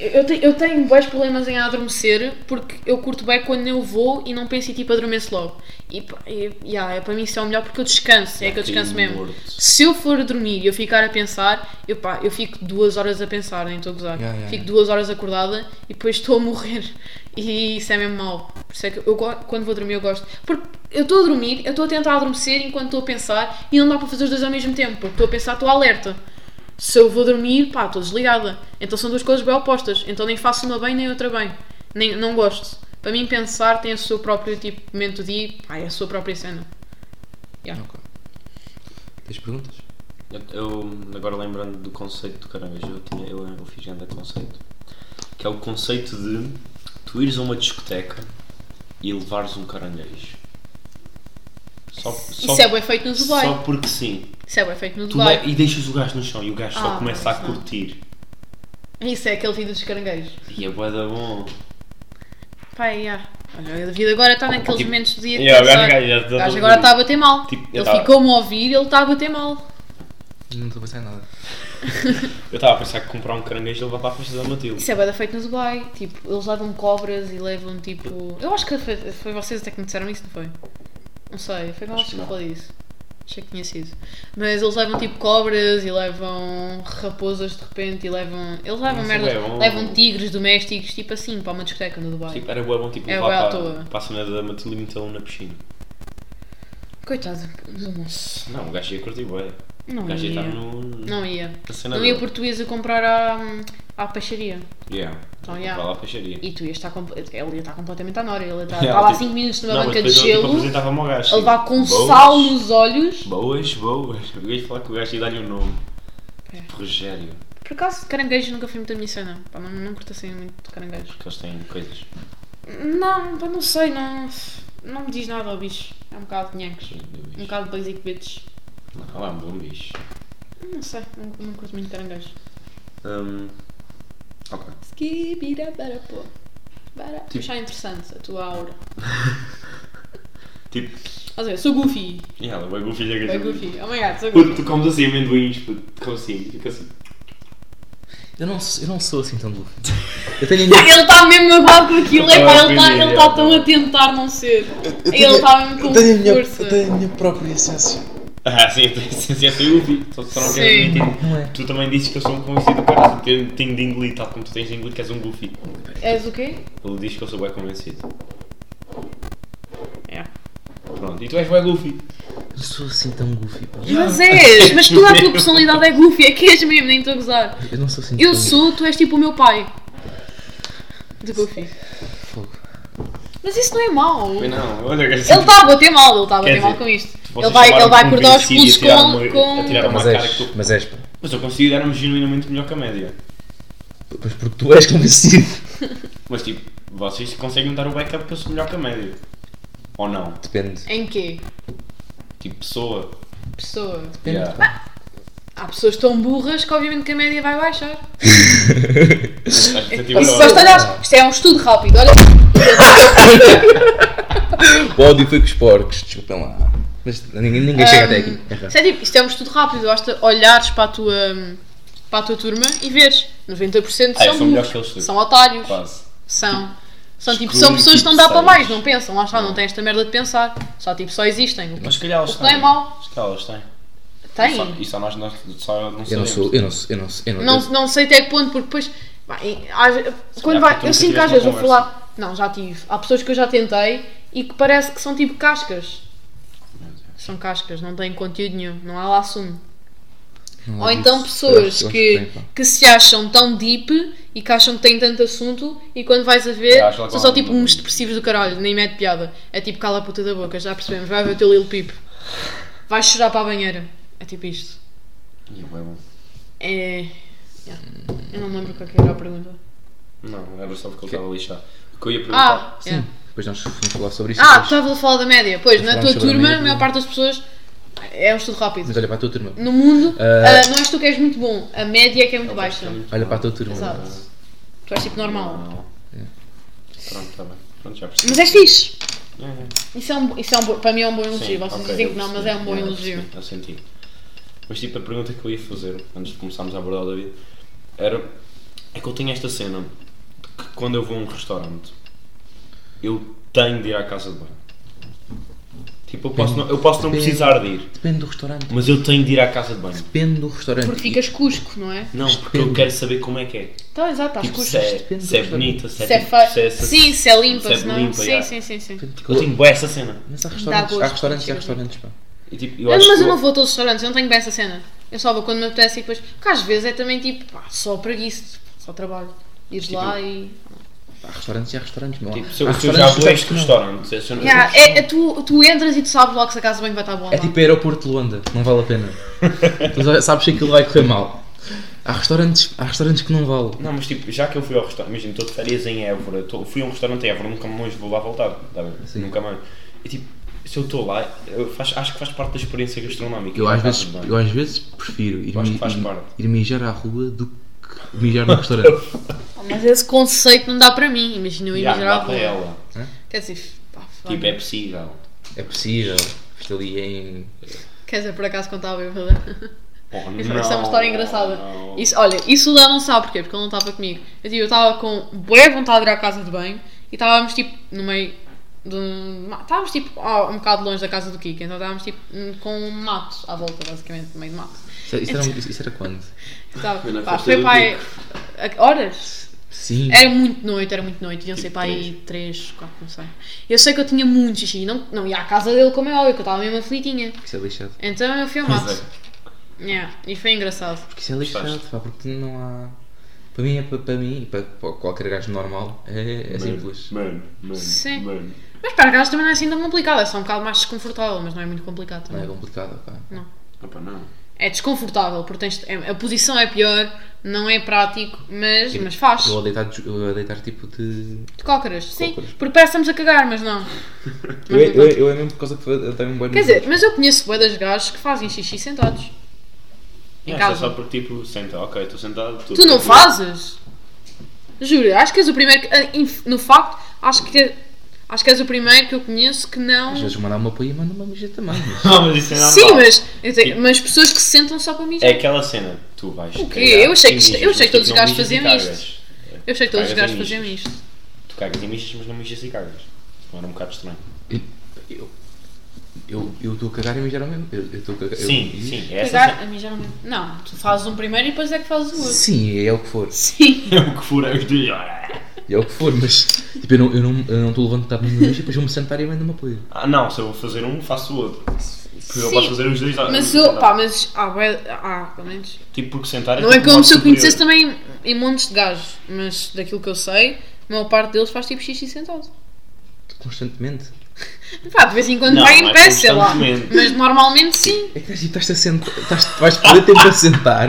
S3: Eu tenho, eu tenho bués problemas em adormecer porque eu curto bem quando eu vou e não penso e tipo adormeço logo. E, pá, e yeah, é, para mim isso é o melhor porque eu descanso, é, que eu
S2: Fica aí
S3: descanso mesmo.
S2: morto.
S3: Se eu for dormir e eu ficar a pensar, eu, pá, eu fico duas horas a pensar, nem estou a gozar.
S1: Yeah, yeah,
S3: fico
S1: yeah.
S3: duas horas acordada e depois estou a morrer. E isso é mesmo mau. Por isso é que eu, go- quando vou dormir eu gosto. Porque eu estou a dormir, eu estou a tentar adormecer enquanto estou a pensar e não dá para fazer os dois ao mesmo tempo, porque estou a pensar, estou alerta. Se eu vou dormir, pá, estou desligada. Então são duas coisas bem opostas. Então nem faço uma bem nem outra bem. Nem, não gosto. Para mim pensar tem o seu próprio tipo momento do dia, e, pá, é a sua própria cena. Yeah.
S1: Ok. Tens perguntas?
S2: Eu- Eu, agora lembrando do conceito do caranguejo, eu, tinha, eu, eu fiz ainda conceito. Que é o conceito de tu ires a uma discoteca e levares um caranguejo. Só, só-
S3: Isso é bem feito no Dubai.
S2: Só porque sim.
S3: Isso é bem feito no
S2: Tu
S3: Dubai.
S2: le- e deixas o gajo no chão e o gajo
S3: Ah,
S2: só começa a
S3: isso não.
S2: curtir.
S3: Isso é aquele vídeo dos caranguejos.
S2: E é bué da bom.
S3: Pai, yeah. Olha, o David agora está naqueles
S2: Tipo,
S3: momentos do dia que
S2: yeah, o
S3: pensar,
S2: gajo- gajo- gajo- tá
S3: o gajo agora está a bater mal.
S2: Tipo, eu
S3: ele
S2: tava-
S3: ficou-me a ouvir ele está a bater mal.
S1: Não estou a pensar em nada.
S3: tá-
S2: Eu estava a pensar que comprar um caranguejo e levar para a festa da Matilde.
S3: Isso é bada feito no Dubai. Tipo, eles levam cobras e levam tipo. Eu acho que foi, foi vocês até que me disseram isso, não foi? Não sei, foi
S2: Acho
S3: nós
S2: que
S3: que
S2: não.
S3: falei disso. Achei que tinha sido. Mas eles levam tipo cobras e levam raposas de repente e levam. Eles levam
S2: Isso
S3: merda.
S2: é bom.
S3: Levam tigres domésticos, tipo assim, para uma discoteca no Dubai.
S2: Tipo, era bué bom tipo,
S3: É bué à
S2: levar
S3: toa.
S2: para, para a cena da Matilde e metê-lo na piscina.
S3: Coitado do moço.
S2: Não, o gajo ia curtir bué. O
S3: Não
S2: gajo ia
S3: ia.
S2: estar no...
S3: Não ia.
S2: na cena
S3: Não ia
S2: dele.
S3: português a comprar à, à peixaria.
S2: Yeah.
S3: Então, yeah.
S2: Vai lá à peixaria.
S3: E tu ias estar. comp- Ele ia estar completamente à nora. Ele tá, ia estar-
S2: Yeah,
S3: estava há
S2: tipo,
S3: 5 minutos numa
S2: Não, mas
S3: banca de
S2: depois eu, tipo,
S3: gelo.
S2: apresentava-me ao gajo,
S3: a levar
S2: tipo,
S3: com
S2: boas,
S3: sal nos olhos.
S2: Boas, boas. Eu ia falar que o gajo ia dar-lhe um nome.
S3: É.
S2: Tipo, Rogério.
S3: Por acaso, caranguejo nunca foi muito a minha cena. Pá, não, não curto assim muito de caranguejo.
S2: Porque eles têm coisas.
S3: Não, pá, não sei, não. Não me diz nada ao bicho. É um bocado de nhancos. Um bocado de basic bitch.
S2: Olha lá, um bom bicho.
S3: Não sei, não, não curto muito caranguejo.
S2: Hum, ok.
S3: Skibira para pô. Para.
S2: Tipo-
S3: Achar é interessante a tua aura.
S2: Tipo,
S3: Ou seja, sou goofy.
S2: e ela, vai goofy, já
S3: Bem
S2: que
S3: goofy. Oh my god, sou
S2: Puto,
S3: goofy.
S2: tu comes assim amendoins, puto, tu comes assim, fica assim.
S1: Eu não, sou- eu não sou assim tão louco. Eu tenho ainda.
S3: Ele está mesmo magoado com aquilo, é pá, ele está
S2: Eu
S3: ele
S2: tava
S3: tá
S2: a aprender,
S3: tão
S2: eu
S3: a tentar não ser.
S1: eu
S3: Ele
S1: tenho-
S3: está mesmo
S1: eu tenho a
S3: com
S1: minha-
S3: força.
S1: eu tenho a minha própria essência.
S2: Ah, sim, eu tenho licença eu ouvi, só só não quero
S3: Sim.
S2: admitir.
S1: Não é?
S2: Tu também dizes que eu sou um convencido, cara. Eu tenho tenho de engolir, tal como tu tens de engolir, que és um goofy.
S3: És o quê?
S2: Ele diz que eu sou bem convencido.
S3: É.
S2: Pronto, e tu és bem goofy.
S1: Não sou assim tão goofy, pá.
S3: Mas és, mas toda a tua personalidade é goofy, é que és mesmo, nem estou a gozar.
S1: Eu não sou assim
S3: Eu
S1: tão
S3: sou, tu és tipo o meu pai. De goofy.
S1: Fogo.
S3: Mas isso não é mau.
S2: Mas
S3: Ele tá-
S2: não, olha que assim.
S3: está a bater mal, ele está a
S2: Quer
S3: bater mal
S2: dizer,
S3: com isto.
S2: vocês
S3: Ele vai,
S2: chamaram
S3: ele vai
S2: de
S3: acordar os
S2: convencido e
S3: pulos
S2: atiraram
S3: com.
S2: uma-
S3: com...
S2: atiraram-
S1: Mas
S2: Uma cara
S1: és,
S2: que tu-
S1: mas és, pá.
S2: Mas eu considero-me um genuinamente melhor que a média.
S1: Mas porque tu és convencido.
S2: Mas tipo, vocês conseguem dar o backup que eu sou melhor que a média. Ou não?
S1: Depende.
S3: Em quê?
S2: Tipo, pessoa.
S3: Pessoa.
S1: Depende,
S2: Yeah.
S1: pá.
S3: Há pessoas tão burras que obviamente que a média vai baixar.
S2: Acho
S1: é
S2: que
S3: E se basta olhar, isto é um estudo rápido, olha.
S1: O áudio foi com os porcos, desculpem lá. Mas ninguém, ninguém chega até aqui. É
S3: Isto é, tipo, isto é um estudo rápido, basta olhares para a tua, para a tua turma e veres. 90%
S2: Ah, eu
S3: são
S2: sou melhor
S3: burros,
S2: que eles todos.
S3: são otários,
S2: Quase.
S3: são... São, tipo,
S2: Escuro
S3: são
S2: e
S3: pessoas que
S2: tipo
S3: não dá para
S2: seis.
S3: mais, não pensam, lá está, não têm esta merda de pensar. Só tipo, só existem. O que-
S2: Mas se calhar eles
S3: O que
S2: têm.
S3: não é mau.
S2: Se calhar eles têm. E só,
S3: Têm.
S2: e só nós, nós só não
S1: Eu não
S2: sabemos.
S1: sou, eu não sou, eu não sou, eu não,
S3: Não,
S1: eu-
S3: não sei até que ponto, porque depois. pá, em-
S2: calhar
S3: às- quando vai,
S2: porque tu
S3: eu
S2: nunca
S3: sinto que às
S2: tiveste
S3: vezes
S2: uma
S3: vou falar. Não, já tive. Há pessoas que eu já tentei e que parece que são tipo cascas.
S2: é.
S3: São cascas, não têm conteúdo nenhum, não há lá assunto.
S1: não
S3: Ou
S1: disso.
S3: então
S1: Eu
S3: pessoas
S1: acho- eu acho
S3: que,
S1: tem, pá.
S3: que se acham tão deep e que acham que têm tanto assunto e quando vais a ver
S2: Eu acho lá com
S3: são só
S2: algum
S3: tipo
S2: problema.
S3: uns depressivos do caralho, nem mete piada. É tipo cala a puta da boca, já percebemos, vai ver o teu Lil Pipo. Vais chorar para a banheira. É tipo isto.
S2: Ih, bué bom.
S3: É. yeah. Eu não me lembro qual que era a pergunta.
S2: Não, era só porque ele estava a lixar. O que eu ia
S3: Ah,
S2: perguntar.
S3: é.
S1: Depois nós fomos falar sobre isso.
S3: ah
S1: depois.
S3: estava a falar da média. Pois, na
S1: Falámos
S3: tua
S1: sobre a
S3: turma,
S1: média.
S3: a maior parte das pessoas é um estudo rápido.
S1: Mas olha para a tua turma.
S3: No mundo,
S1: Ah.
S3: ah, não és tu que és muito bom, a média é que é muito
S2: Eu acho que
S3: baixa.
S2: é muito
S1: Olha
S2: bom.
S1: para a tua turma. É.
S3: Exato. Tu és tipo normal.
S2: Não. Pronto, está bem. Pronto, já percebi.
S3: Mas és fixe.
S2: É, é.
S3: Isso é um, isso é um, bo- para mim é um bom
S2: Sim,
S3: elogio. Vocês
S2: ok,
S3: dizem
S2: eu
S3: que não, mas
S2: percebi.
S3: é um bom
S2: Eu
S3: elogio.
S2: percebi, Eu senti. Mas tipo, a pergunta que eu ia fazer, antes de começarmos a abordar o David, era. É que eu tenho esta cena de que quando eu vou a um restaurante, eu tenho de ir à casa de banho. Tipo, eu posso, não, eu posso não
S1: Depende.
S2: precisar de ir,
S1: Depende do restaurante.
S2: mas eu tenho de ir à casa de banho.
S1: Depende do restaurante.
S3: Porque ficas cusco, não é?
S2: Não, porque eu
S1: Depende.
S2: quero saber como é que é.
S3: Então, exato, estás
S2: Tipo,
S3: cusco.
S2: se é,
S1: depende do
S2: se é
S1: restaurante.
S2: bonita, se é,
S3: Se é
S2: tipo,
S3: fa-
S2: se é- se-
S3: Sim, se é limpa,
S2: se é
S3: se não.
S2: limpa,
S3: Sim,
S2: yeah.
S3: sim, sim, sim.
S2: Eu tenho boa essa cena.
S1: Mas há
S3: Dá
S1: restaurantes,
S3: gosto,
S1: há restaurantes e há
S3: chega bem.
S1: restaurantes, pá.
S2: E, tipo, eu
S3: Mas
S2: acho que
S3: eu não vou a todos os restaurantes, eu não tenho bem essa cena. Eu só vou quando me apetece e depois. Porque às vezes é também tipo, pá, só preguiça, só trabalho. Ires lá e.
S1: Há restaurantes e há restaurantes, meu.
S2: Tipo,
S1: Há
S2: se eu, se eu já
S1: restaurantes
S2: vou
S1: que
S2: a
S1: sabes
S2: este
S1: que não.
S2: restaurante, se eu não-
S3: Yeah, é, é tu, tu entras e tu sabes logo se a casa bem vai estar boa. ou
S1: É
S3: não.
S1: tipo aeroporto de Luanda, não vale a pena. tu já sabes que aquilo vai correr mal. Há restaurantes, há restaurantes que não vale.
S2: Não, mas tipo, já que eu fui ao restaurante, imagina, estou de férias em Évora, tô- fui a um restaurante em Évora, nunca mais vou lá voltar, tá bem?
S1: Sim.
S2: Nunca mais. E tipo, se eu estou lá, eu faz- acho que faz parte da experiência gastronómica.
S1: Eu
S2: Tá
S1: às, vezes,
S2: tudo bem.
S1: eu às vezes prefiro ir,
S2: Eu acho
S1: mi-
S2: que faz
S1: ir-
S2: parte.
S1: ir mijar à rua do que mijar no restaurante.
S3: Mas esse conceito não dá para mim, imagina eu ir
S2: Já,
S3: mijar à
S2: dá para
S3: rua.
S2: ela.
S3: Quer dizer, pá, foda.
S2: Tipo, é possível.
S1: é possível. Isto ali é em.
S3: Quer dizer, por acaso quando estava bêbada.
S2: Oh,
S3: Isso é uma história engraçada.
S2: não.
S3: Isso, olha, isso o Léo não sabe porquê, porque ele não estava comigo. Eu tipo, eu estava com boa vontade de ir à casa de banho e estávamos tipo no meio de um. ma- Estávamos tipo ao- um bocado longe da casa do Kiko, então estávamos tipo hum, com um mato à volta, basicamente, no meio de mato.
S1: Isso, isso era, isso era quando?
S3: Estava,
S2: Foi na
S3: pá,
S2: festa
S3: foi
S2: do
S3: para aí. a- Horas?
S1: Sim.
S3: Era muito noite, era muito noite, deviam
S2: Tipo
S3: ser para aí 3, 4, não sei. Eu sei que eu tinha muito xixi, não, não ia à casa dele como é óbvio, que eu estava mesmo aflitinha.
S1: Isso é lixado.
S3: Então eu fui ao
S2: Pois é.
S3: mato. Yeah, e foi engraçado.
S1: Porque isso é lixado,
S2: Gostaste?
S1: pá, porque não há. Para mim, é para, para mim e para, para qualquer gajo normal, é, é simples.
S2: Mano, mano,
S3: Sim.
S2: mano.
S3: Mas para cá também não é assim tão complicado, é só um bocado mais desconfortável, mas não é muito complicado
S1: Não é
S3: também.
S1: complicado, pá.
S2: Opa, não.
S3: É desconfortável, porque tens, é- a posição é pior, não é prático, mas, mas faz.
S1: Eu a deitar, de- eu a deitar tipo de.
S3: De cócoras, sim.
S1: Cócoras.
S3: Porque parece que estamos a cagar, mas não.
S1: Eu, é- eu, é- eu é mesmo por causa que eu tenho um banho.
S3: Quer dizer, mas eu conheço bué das gajos que fazem xixi sentados. Em
S2: Yeah,
S3: casa.
S2: Só porque tipo, senta, ok, estou sentado. tô-
S3: Tu não
S2: tô-
S3: fazes? Juro, acho que és o primeiro que. ah, inf- No facto, acho que. Acho que és o primeiro que eu conheço que não.
S1: às vezes mandar uma apoio e manda uma mija também. mas-
S2: Não, mas isso é normal.
S3: Sim, mas. eu tenho- mas pessoas que se sentam só para mijar.
S2: É aquela cena, tu vais.
S3: O quê?
S2: cagar,
S3: Eu achei que
S2: tu
S3: isto- eu
S2: mijas,
S3: achei que todos os
S2: mas,
S3: gajos
S2: tipo, não
S3: faziam
S2: mijas e cagas.
S3: Eu sei que todos os
S2: Cagas
S3: gajos
S2: e
S3: faziam
S2: mijas.
S3: isto.
S2: Tu cagas e mijas, mas não mijas e cagas. Então Era um bocado estranho.
S1: Eu, Eu eu estou a cagar e mijar ao mesmo. Eu eu estou a cagar. eu-
S2: Sim,
S1: e-
S2: sim, é essa
S3: Cagar, a mim já não me... Não, tu fazes um primeiro e depois é que fazes o outro.
S1: Sim, é o que for.
S3: Sim.
S2: é o que for, é os dois.
S1: É o que for, mas tipo, eu não estou não, eu não estou levantado no mês e depois vou-me sentar e vendo uma play.
S2: Ah, não, se eu vou fazer um, faço o outro. Porque eu
S3: Sim.
S2: posso fazer os dois. ao-
S3: Mas eu, pá, mas há bué- há, pelo menos.
S2: Tipo, porque sentar
S3: Não é
S2: tipo
S3: como
S2: modo
S3: se eu
S2: superior.
S3: conhecesse também em montes de gajos, mas daquilo que eu sei, a maior parte deles faz tipo xixi sentado.
S1: Constantemente.
S3: Pá, de vez em quando
S2: Não,
S3: vai
S2: não
S3: em
S2: é
S3: pé, sei lá.
S2: constantemente.
S3: Mas normalmente sim.
S1: É que estás a sentar. Estás, vais perder tempo a sentar.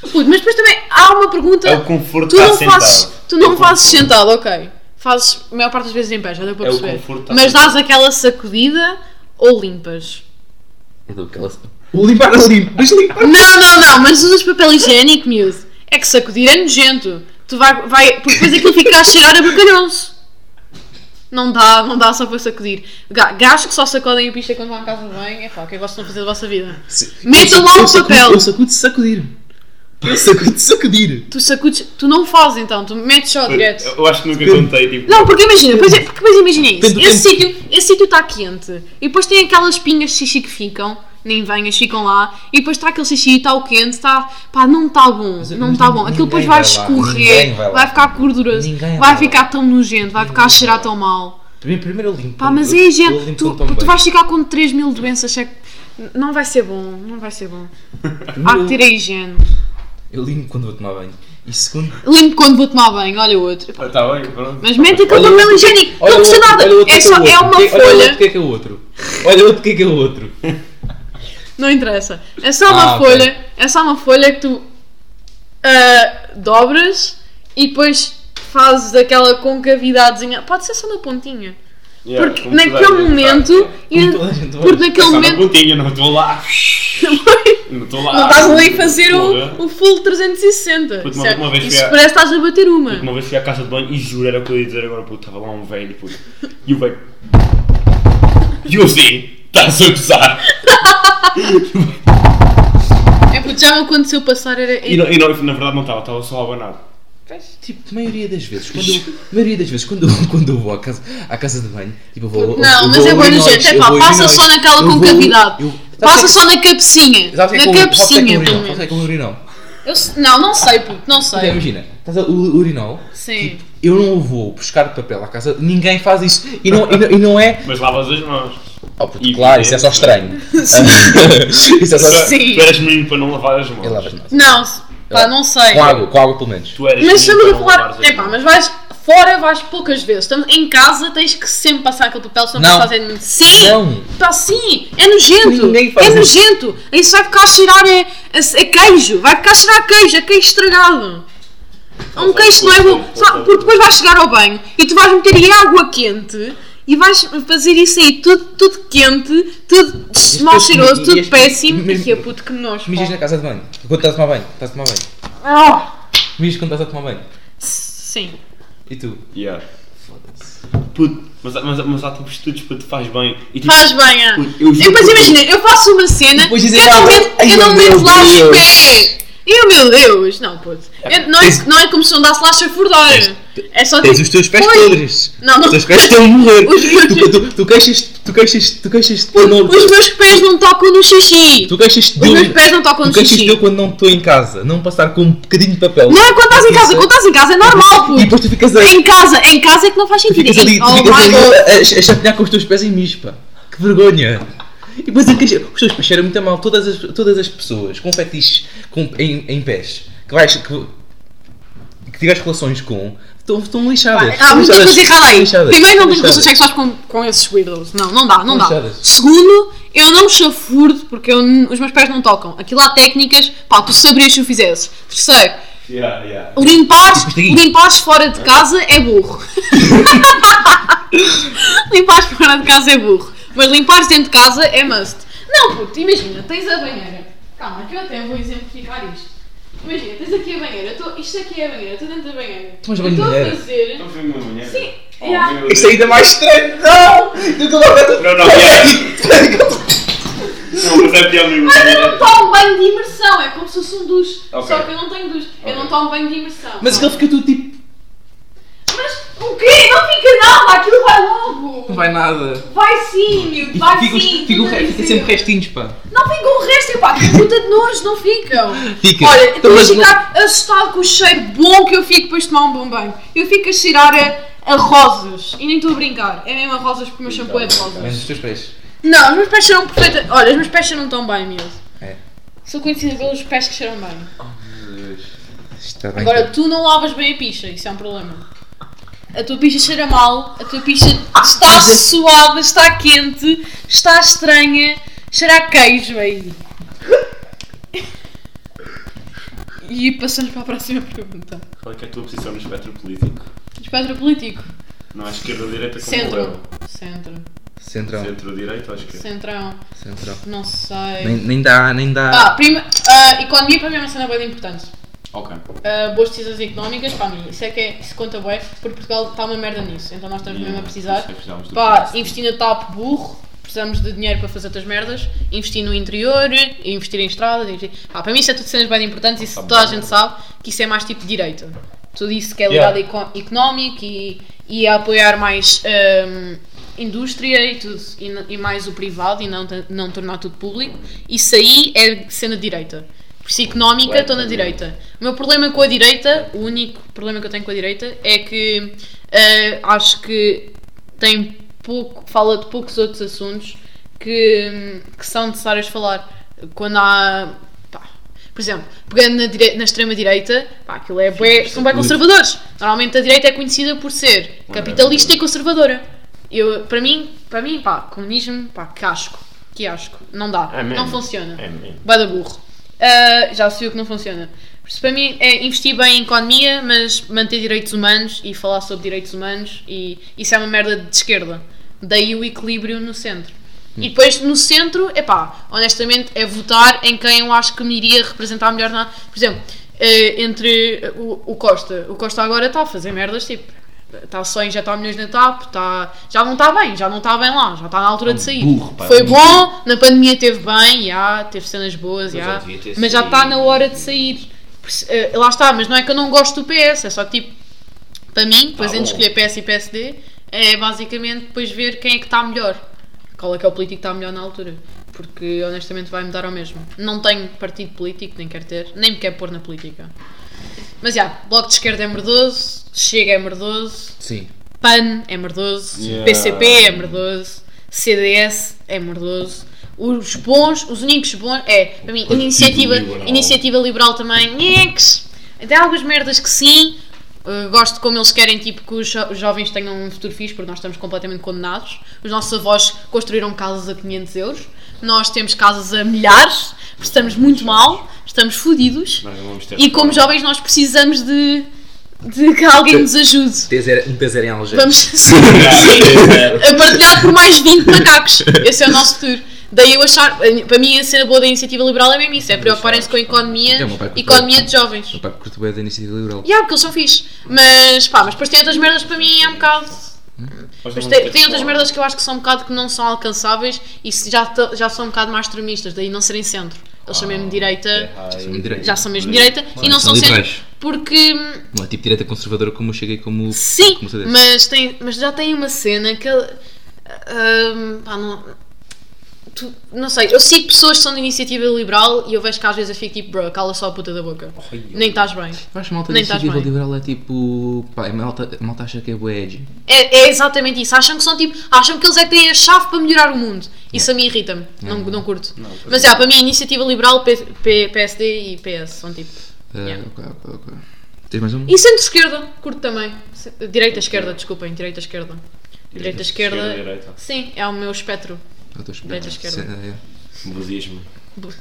S3: Puto, mas depois também há uma pergunta.
S2: É o conforto
S3: tu
S2: de
S3: não
S2: estar
S3: fazes,
S2: sentado. É
S3: tu não fazes sentado, ok. Fazes a maior parte das vezes em pé, já deu para
S2: tá É o
S3: perceber.
S2: conforto de estar
S3: Mas
S2: sentado.
S3: dás aquela sacudida ou limpas.
S1: Eu dou aquela. O limpar é limpo, mas limpar.
S3: Não, não, não, mas usas papel higiênico, miúdo. É que sacudir é nojento. Tu vai, vai, porque depois aquilo fica a cheirar a bacalhau-se. Não dá, não dá só para sacudir. Ga- Gajos que só sacodem a pista quando vão à casa de banho, é pá, o que é que vocês estão a fazer da vossa vida? Metam lá
S1: Eu
S3: o
S1: sacudo-
S3: papel.
S1: Eu sacudo de sacudir. Eu sacudo de sacudir.
S3: Tu sacudes, tu não fazes então, tu metes só direto.
S2: Eu acho que nunca contei, tipo.
S3: Não, porque imagina, pois é, porque depois imagina isso.
S1: Depende do
S3: Esse sítio esse sítio está quente. E depois tem aquelas pingas de xixi que ficam, nem venhas, ficam lá. E depois está aquele xixi, está o quente, está. pá, não está bom,
S1: Mas-
S3: não
S1: mas
S3: está
S1: ninguém
S3: bom. Aquilo depois
S1: vai
S3: vai
S1: lá, ninguém
S3: escorrer,
S1: vai lá.
S3: vai, ficar gorduroso,
S1: Ninguém vai
S3: vai
S1: lá.
S3: ficar tão nojento, vai ficar a
S1: vai
S3: cheirar
S1: lá.
S3: tão mal.
S1: Primeiro, primeiro eu limpo.
S3: Pá, mas é
S1: Eu- eu
S3: higiene.
S1: limpo
S3: Tu,
S1: também.
S3: tu vais ficar com 3 mil doenças, é que- não vai ser bom, não vai ser bom. Há
S1: Primeiro
S3: que ter a higiene.
S1: Eu limpo quando vou tomar banho. E segundo.
S3: Limpo quando vou tomar banho, olha o outro.
S2: Ah, Tá bem, pronto.
S3: Mas mete aquele
S1: Olha o
S3: papel
S1: outro.
S3: higiênico,
S1: Olha
S3: não
S1: o
S3: custa
S1: outro,
S3: nada.
S1: olha o outro
S3: É,
S1: que
S3: só,
S1: o
S3: é
S1: outro.
S3: uma
S1: Que- Olha o
S3: folha.
S1: outro que é que é o outro. Olha o outro que é que é o outro.
S3: Não interessa. É só uma
S1: Ah, ok.
S3: folha. É só uma folha que tu ah, dobras e depois fazes aquela concavidadezinha. Pode ser só uma pontinha.
S2: Yeah,
S3: porque
S2: É, como toda a
S3: naquele
S2: gente tá.
S3: momento.
S2: faz,
S1: Como
S3: e-
S1: toda a gente
S3: porque
S1: faz.
S3: naquele
S2: Só na
S3: momento.
S2: pontinha, não estou lá. Não estou lá.
S3: Não estás ali a fazer
S2: Porra.
S3: o, o full 360.
S2: Puto,
S3: Isso,
S2: tá, uma-
S3: é-
S2: uma vez
S3: isso
S2: fui a-
S3: parece que estás a bater uma.
S2: Uma vez fui à casa de banho e juro, era o que eu ia dizer agora, puto, estava lá um velho, puto. E o velho. E eu assim, estás a gozar.
S3: É porque já me aconteceu passar. Era...
S2: E, não, e não, na verdade não estava, estava só abanado.
S1: Tipo, maioria das vezes, quando eu, maioria das vezes, quando, eu- quando eu vou à casa, à casa de banho, tipo, eu vou.
S3: Não,
S1: eu
S3: mas
S1: vou
S3: é
S1: a
S3: bom
S1: urinóis,
S3: gente. É
S1: eu
S3: pá,
S1: vou a
S3: passa
S1: urinóis,
S3: só naquela
S1: eu vou a-
S3: concavidade.
S1: eu-
S3: Passa
S1: Sabe
S3: só na cabecinha.
S1: o que é que
S3: Na
S1: é com- sabe o que é que é
S3: cabecinha,
S1: com
S3: pelo
S1: urinol? Sabe o que é
S3: menos.
S1: que é com urinal?
S3: Eu se- Não, não sei, puto, não
S1: Então,
S3: sei.
S1: imagina, estás a, o urinal,
S3: Sim.
S1: eu não vou buscar papel à casa, ninguém faz isso. E não, e não, e não é.
S2: Mas lavas as mãos.
S1: Oh, puto,
S2: E
S1: claro, isso é só estranho.
S2: evidente,
S1: isso é só
S2: Tu-
S1: estranho.
S3: Sim.
S2: Tu eras menino para não lavar as mãos.
S1: Eu lavo as mãos.
S3: Não, se- pá, não sei.
S1: Com água, com água pelo menos.
S2: Tu eras
S3: Mas
S2: menino
S3: estamos a
S2: para não
S3: falar.
S2: lavares as
S3: Epá,
S2: mãos.
S3: mas vais fora, vais poucas vezes. Estamos em casa, tens que sempre passar aquele papel, senão
S1: Não.
S3: não fazendo muito. Sim!
S1: Não.
S3: Pá, sim! É nojento!
S1: Ninguém faz
S3: É
S1: isso.
S3: nojento! Isso vai ficar a cheirar a, a- a queijo! Vai ficar a cheirar a queijo, a queijo estragado! Há um
S2: Não,
S3: queijo que não é
S2: não,
S3: bom,
S2: não,
S3: só-
S2: não, não.
S3: porque depois vais chegar ao banho e tu vais meter aí água quente e vais fazer isso aí tudo, tudo quente, tudo mal
S1: este-
S3: cheiroso, tudo
S1: este-
S3: péssimo.
S1: mesmo- é-
S3: E é puto que nós.
S1: Mijas na casa de banho. Quando estás a tomar banho, estás a tomar banho. Mijas quando estás a tomar banho.
S3: Ah! Sim.
S1: E tu?
S2: Yeah. Puto, mas, há- mas, há- mas há tipo estudos para te faz bem. E, tipo,
S3: Faz bem, ah.
S2: Puto, eu
S3: E
S2: juro
S3: depois
S2: por
S3: imagina, eu faço uma cena,
S1: Depois dizem,
S3: eu
S1: "Ah,
S3: não meto,
S1: ai,
S3: eu não
S1: meu
S3: meto lá os
S1: Deus."
S3: pés. E o meu Deus, não, puto. Eu- não, é, não é como se não andasse lá a chafurdar. É só
S1: Tens
S3: tipo,
S1: os teus pés
S3: "Oi."
S1: podres.
S3: Não, não.
S1: Os teus pés estão a morrer.
S3: Os meus-
S1: Tu- tu- Tu queixas-te, tu queixas-te, tu queixas-te quando não.
S3: Os meus pés não tocam no xixi.
S1: Tu queixas-te de
S3: Os
S1: eu-
S3: meus pés não tocam
S1: Tu
S3: no
S1: queixas-te de eu
S3: xixi.
S1: quando não estou em casa. Não passar com um bocadinho de papel.
S3: Não é quando estás em casa, quando estás em casa é normal,
S1: E
S3: puto.
S1: depois tu ficas a.
S3: Em casa, em casa é que não faz
S1: Tu
S3: sentido.
S1: ficas ali,
S3: Em-
S1: tu
S3: oh
S1: ficas
S3: my
S1: ali
S3: god.
S1: a, a- a chatear com os teus pés em mispa. Que vergonha! E depois a queixa, os teus pés cheiram muito a mal. Todas as, todas as pessoas com fetiches com- em, em pés que vais. Que, que tiveres relações com, estão, estão lixadas.
S3: Há
S1: estão
S3: muita
S1: lixadas,
S3: coisa errada aí.
S1: estão lixadas,
S3: "Ah, Primeiro, não tenho
S1: estão
S3: relações
S1: lixadas.
S3: sexuais com, com esses weirdos. Não, não dá, não dá.
S1: Lixadas.
S3: Segundo, eu não me chafurdo porque eu n- os meus pés não tocam. Aquilo há técnicas, pá, tu saberias se o fizesses. Terceiro,
S2: Yeah, yeah.
S3: limpares,
S1: Isto aqui.
S3: limpares fora de casa é burro. limpares fora de casa é burro. Mas limpares dentro de casa é must. Não, puto, imagina, tens a banheira. Calma, que eu até vou exemplificar isto. Imagina, tens aqui a banheira, eu tô- isto aqui é a banheira, eu estou dentro da banheira.
S1: Tomas
S3: Eu
S1: banho de
S3: estou a
S1: banheira?
S3: fazer.
S2: Estão a ver uma mulher?
S3: Sim,
S2: Oh,
S3: yeah.
S2: meu
S1: Isto é ainda mais estranho. Não! Eu estou
S2: Deus.
S1: logo
S2: Não, não, yeah. não, mas é pior mesmo.
S3: Mas eu não tomo banho de imersão, é como se fosse um duche.
S2: Ok.
S3: Só que eu não tenho duche. Eu
S2: Ok.
S3: não tomo banho de imersão.
S1: Mas
S3: Não.
S1: aquele fica tudo tipo.
S3: Mas o quê? Não fica Calma, aquilo vai logo!
S1: Não vai nada.
S3: Vai sim, miúdo, vai
S1: fica, os-
S3: sim!
S1: fica, o
S3: tu
S1: re- fica
S3: mereces.
S1: sempre restinhos, pá.
S3: Não fica o resto, pá, que puta de nojo, não ficam!
S1: Fica.
S3: Olha,
S1: Então,
S3: então,
S1: mas
S3: tens de
S1: não-
S3: ficar assustado com o cheiro bom que eu fico depois de tomar um bom banho. Eu fico a cheirar a, a rosas. E nem estou a brincar. É mesmo a rosas porque o meu
S2: Então,
S3: shampoo é de rosas.
S1: Menos os teus pés.
S3: Não, os meus pés cheiram perfeita. Olha, os meus pés cheiram tão bem mesmo.
S1: É.
S3: Sou conhecida pelos pés que cheiram bem.
S1: Está bem.
S3: Agora, tu não lavas bem a picha, isso é um problema. A tua picha cheira mal, a tua picha
S2: Ah,
S3: está suada, está quente, está estranha, cheira a queijo aí. E passamos para a próxima pergunta.
S2: Qual é, que é a tua posição no espectro político?
S3: Espectro político.
S2: Não à esquerda ou direita É como
S3: Centro.
S2: eu.
S3: Centro.
S1: Centrão.
S2: Centro-direita ou à esquerda?
S3: Centrão.
S1: Centrão.
S3: Não sei.
S1: Nem, nem dá, nem
S3: Pá,
S1: dá.
S3: prima, ah, economia para mim é uma cena bem importante.
S2: Ok.
S3: Uh, boas decisões económicas, para mim, isso é que é, isso conta bem, porque Portugal está uma merda nisso, então nós estamos
S2: Yeah,
S3: mesmo
S2: isso
S3: a
S2: é
S3: precisar.
S2: que precisamos do
S3: Pá,
S2: país.
S3: investir na TAP burro, precisamos de dinheiro para fazer outras merdas, investir no interior, investir em estradas, investir... Pá, para mim isso é tudo cenas bem importantes, isso
S2: Tá
S3: toda a
S2: bom.
S3: gente sabe que isso é mais tipo direito. Tudo isso que é
S1: Yeah.
S3: ligado a eco- económico e, e a apoiar mais hum, indústria e tudo, e, n- e mais o privado e não, t- não tornar tudo público, isso aí é cena de direita. Por isso económica, estou na direita. O meu problema com a direita, o único problema que eu tenho com a direita, é que eh, acho que tem pouco, fala de poucos outros assuntos que, que são necessários de falar. Quando há. pá, por exemplo, pegando na, dire- na extrema-direita, pá, aquilo é bué- são bem conservadores. Normalmente a direita é conhecida por ser
S2: é
S3: capitalista e conservadora. Eu, para mim, para mim, pá, comunismo, pá, casco, que asco, não dá,
S2: É mesmo.
S3: não funciona.
S2: É mesmo.
S3: Bada burro. Ah, já se viu que não funciona. Por isso, para mim, é investir bem em economia, mas manter direitos humanos e falar sobre direitos humanos, e isso é uma merda de esquerda. Daí o equilíbrio no centro. E depois no centro, é pá, honestamente, é votar em quem eu acho que me iria representar melhor na. Por exemplo, eh, entre eh, o, o Costa. O Costa agora está a fazer merdas tipo. Está só a injetar milhões na TAP, está- já não está bem, já não está bem lá, já está na altura de sair.
S1: burro, pá,
S3: Foi
S1: um
S3: bom, Bom, na pandemia teve bem, já, teve cenas boas,
S2: Mas
S3: já,
S2: já devia ter
S3: mas já
S2: saído.
S3: está na hora de sair. Por se- eh, Lá está, mas não é que eu não gosto do PS, é só que, tipo, para mim, depois entre
S2: Ah, bom.
S3: escolher PS e PSD, é basicamente depois ver quem é que está melhor. Qual é que é o político que está melhor na altura. Porque honestamente vai mudar ao mesmo. Não tenho partido político, nem quero ter, nem me quero pôr na política. Mas já, Bloco de Esquerda é merdoso, Chega é merdoso,
S1: Sim.
S3: PAN é merdoso,
S2: Yeah.
S3: PCP é merdoso, CDS é merdoso. Os bons, os únicos bons é, para mim,
S2: Partido
S3: iniciativa
S2: Liberal.
S3: iniciativa liberal também. Nheques. Até há algumas merdas que sim. Uh, gosto como eles querem tipo, que os, jo- os jovens tenham um futuro fixe, porque nós estamos completamente condenados. Os nossos avós construíram casas a 500 euros, nós temos casas a milhares, porque estamos muito mal, estamos fodidos.
S2: Nós não vamos ter
S3: E como
S2: reforma.
S3: jovens, nós precisamos de, de que alguém nos ajude.
S1: T0, um T0 em Algés.
S3: Vamos a partilhar por mais 20 macacos. Esse é o nosso futuro. Daí eu achar, para mim a cena boa da iniciativa liberal é mesmo isso, é preocuparem-se com a
S1: Tem
S3: economia,
S1: uma parte
S3: economia de jovens.
S1: Meu pai curto bem da iniciativa liberal.
S3: E há, porque eles são fixe. Mas pá, mas depois tem outras merdas que para mim é um bocado.
S2: Nós não
S3: Mas
S2: vamos ter
S3: tem, tem outras
S2: reforma.
S3: merdas que eu acho que são um bocado que não são alcançáveis e se já, to- já são um bocado mais extremistas, daí não serem centro. Eles são mesmo direita,
S1: São direita.
S3: já são mesmo direita e não
S1: são
S3: são centro.
S1: liberais.
S3: Porque hum,
S1: Não é tipo direita conservadora como eu cheguei como.
S3: Sim,
S1: como CDS.
S3: mas, tem, mas já tem uma cena que. ele- ahm, pá, não. tu- não sei, eu sigo pessoas que são de iniciativa liberal e eu vejo que às vezes eu fico tipo, bro, cala só a puta da boca. Nem estás bem.
S1: Eu acho que a malta da
S3: Nem estás
S1: iniciativa
S3: bem.
S1: liberal é tipo. Pá, a malta, a malta acha que é boa edgy.
S3: É, é exatamente isso. Acham que são tipo. Acham que eles é que têm a chave para melhorar o mundo. Isso a mim irrita-me. Não, não curto. mas é, para mim, a iniciativa liberal, P- P- PSD e PS são tipo.
S1: Ah,
S3: Yeah.
S1: ok, ok, ok. Tens mais um?
S3: E centro-esquerda, curto também. Ce- Direita-esquerda, desculpem, direita-esquerda.
S2: Esquerda,
S3: Direita-esquerda.
S2: direita.
S3: Sim, é o meu espectro.
S1: Ah, dois.
S3: Direita, esquerda.
S1: Sim, é, é.
S2: Budismo.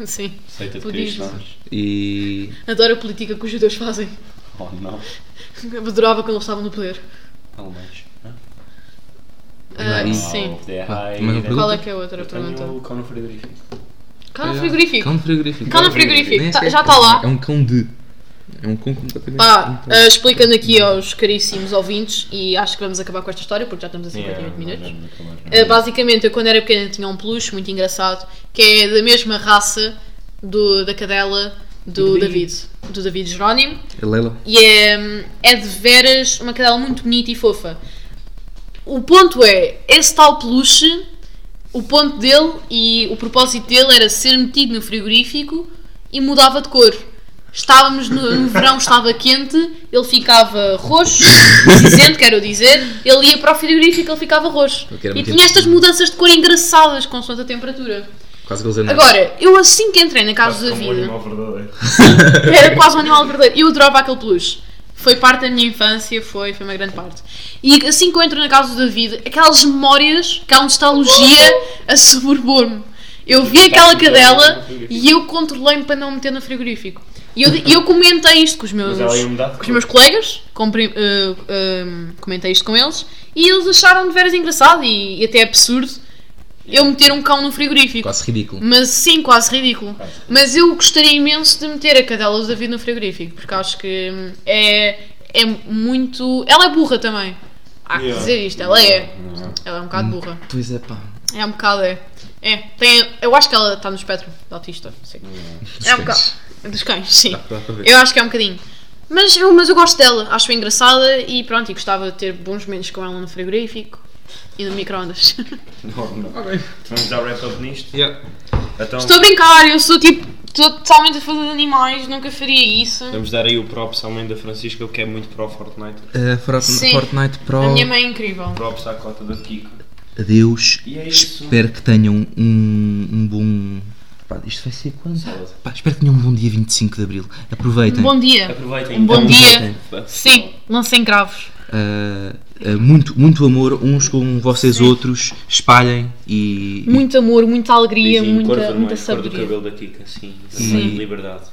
S3: Sim.
S2: Seita de
S3: Budismo.
S2: cristãos.
S1: E.
S3: Adoro a política que os judeus fazem.
S2: Oh, não.
S3: Adorava quando eles estavam no poder.
S2: Alemães.
S3: Ah,
S1: e-
S2: Oh,
S3: sim.
S1: Ah, mais uma pergunta?
S3: Qual é que é a outra
S2: Eu tenho um
S3: pergunta?
S2: o cão no frigorífico.
S3: Cala
S1: é
S3: no frigorífico.
S1: Cão de frigorífico.
S3: Cala no
S1: Nem
S3: frigorífico.
S1: é
S3: Tá-
S1: sequer
S3: já está
S1: cão,
S3: lá.
S1: É um cão de. É um cão completamente.
S3: Pá,
S1: Então,
S3: ah, explicando aqui aos caríssimos ouvintes, e acho que vamos acabar com esta história porque já estamos a 58 minutos. Uh, basicamente, eu quando era pequena tinha um peluche muito engraçado que é da mesma raça do, da cadela do David, do David Jerónimo.
S1: é Leila.
S3: hum, E é, é de veras uma cadela muito bonita e fofa. O ponto é, esse tal peluche, o ponto dele e o propósito dele era ser metido no frigorífico e mudava de cor. Estávamos no, no verão, estava quente, ele ficava roxo, cinzento, quero dizer, ele ia para o frigorífico, ele ficava roxo.
S1: Eu quero
S3: E
S1: muito
S3: tinha estas mudanças de cor engraçadas consoante a temperatura.
S1: Quase que eles andam.
S3: Agora, eu assim que entrei na Casa da
S4: Como um
S3: Vida,
S4: animal verdadeiro.
S3: era quase um animal verdadeiro. Eu adorava aquele peluche. Foi parte da minha infância, foi, foi uma grande parte. E assim que eu entro na casa do David, aquelas memórias, aquela nostalgia a suburbor-me. Eu vi aquela cadela e eu controlei-me para não meter no frigorífico. E eu, e eu comentei isto com os meus,
S4: Mas ela é um ia mudar de
S3: com os
S4: cor.
S3: meus colegas, com prim- eh, eh, comentei isto com eles, e eles acharam de veras engraçado e, e até absurdo eu meter um cão no frigorífico.
S1: Quase ridículo.
S3: Mas sim, quase ridículo. Mas eu gostaria imenso de meter a cadela do David no frigorífico, porque acho que hum, é, é muito. Ela é burra também. Há que
S4: Yeah.
S3: dizer isto, ela é. Ela é um bocado burra.
S1: Pois é, pá.
S3: É um bocado, é. É, tem, eu acho que ela está no espectro de autista, sim. É um bocado. Dos cães, sim.
S2: Dá para ver.
S3: Eu acho que é um bocadinho. Mas eu, mas eu gosto dela, acho engraçada e pronto, e gostava de ter bons momentos com ela no frigorífico e no microondas.
S4: Não, não. Vamos dar wrap up nisto.
S2: Yeah.
S4: Então,
S3: Estou a brincar, eu sou tipo. Estou totalmente a favor de animais, nunca faria isso.
S2: Vamos dar aí o props à mãe da Francisca, que é muito pro Fortnite.
S1: Fortnite,
S3: Sim.
S1: eh, Fortnite Pro.
S3: A minha mãe é incrível.
S4: props à cota do Kiko.
S1: Adeus.
S4: E é isso.
S1: espero que tenham um, um bom. Pá, isto vai ser quando? Pá, espero que tenham um bom dia 25 de Abril. Aproveitem.
S3: Bom dia.
S4: Aproveitem.
S3: Um bom
S4: então.
S3: dia.
S2: Fa-
S3: Sim, lancem cravos.
S1: Ah, ah, muito, muito amor uns com vocês outros. Espalhem e.
S3: Muito amor, muita alegria,
S2: Dizem cor
S3: muita,
S2: vermelha,
S3: muita
S2: cor do
S3: sabedoria.
S2: cabelo da Kika, sim.
S3: Sim.
S2: assim, Liberdade.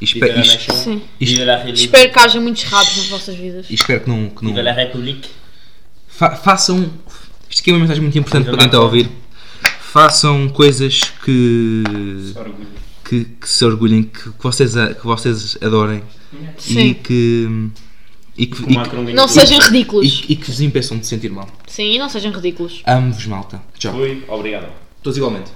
S1: e espe-
S2: Viva
S1: e
S2: la
S1: es-
S2: nation,
S3: Sim.
S1: Isto-
S2: viva la République,
S3: Espero que haja muitos rabos nas vossas vidas.
S1: e espero que não. Que não...
S2: Viva la République.
S1: Fa- façam. Isto aqui é uma mensagem muito importante para quem está a
S2: Macron.
S1: ouvir. Façam coisas que.
S4: Orgulho.
S1: que, que se orgulhem, que, que vocês, a- que vocês adorem e
S3: Sim.
S1: que. e que, e
S2: O
S1: que,
S2: Macron ganhou
S3: Não
S2: tudo.
S3: sejam ridículos.
S1: e, e que vos impeçam de sentir mal.
S3: Sim, e não sejam ridículos.
S1: Amo-vos, malta. Tchau.
S2: Fui, obrigado.
S1: Todos igualmente.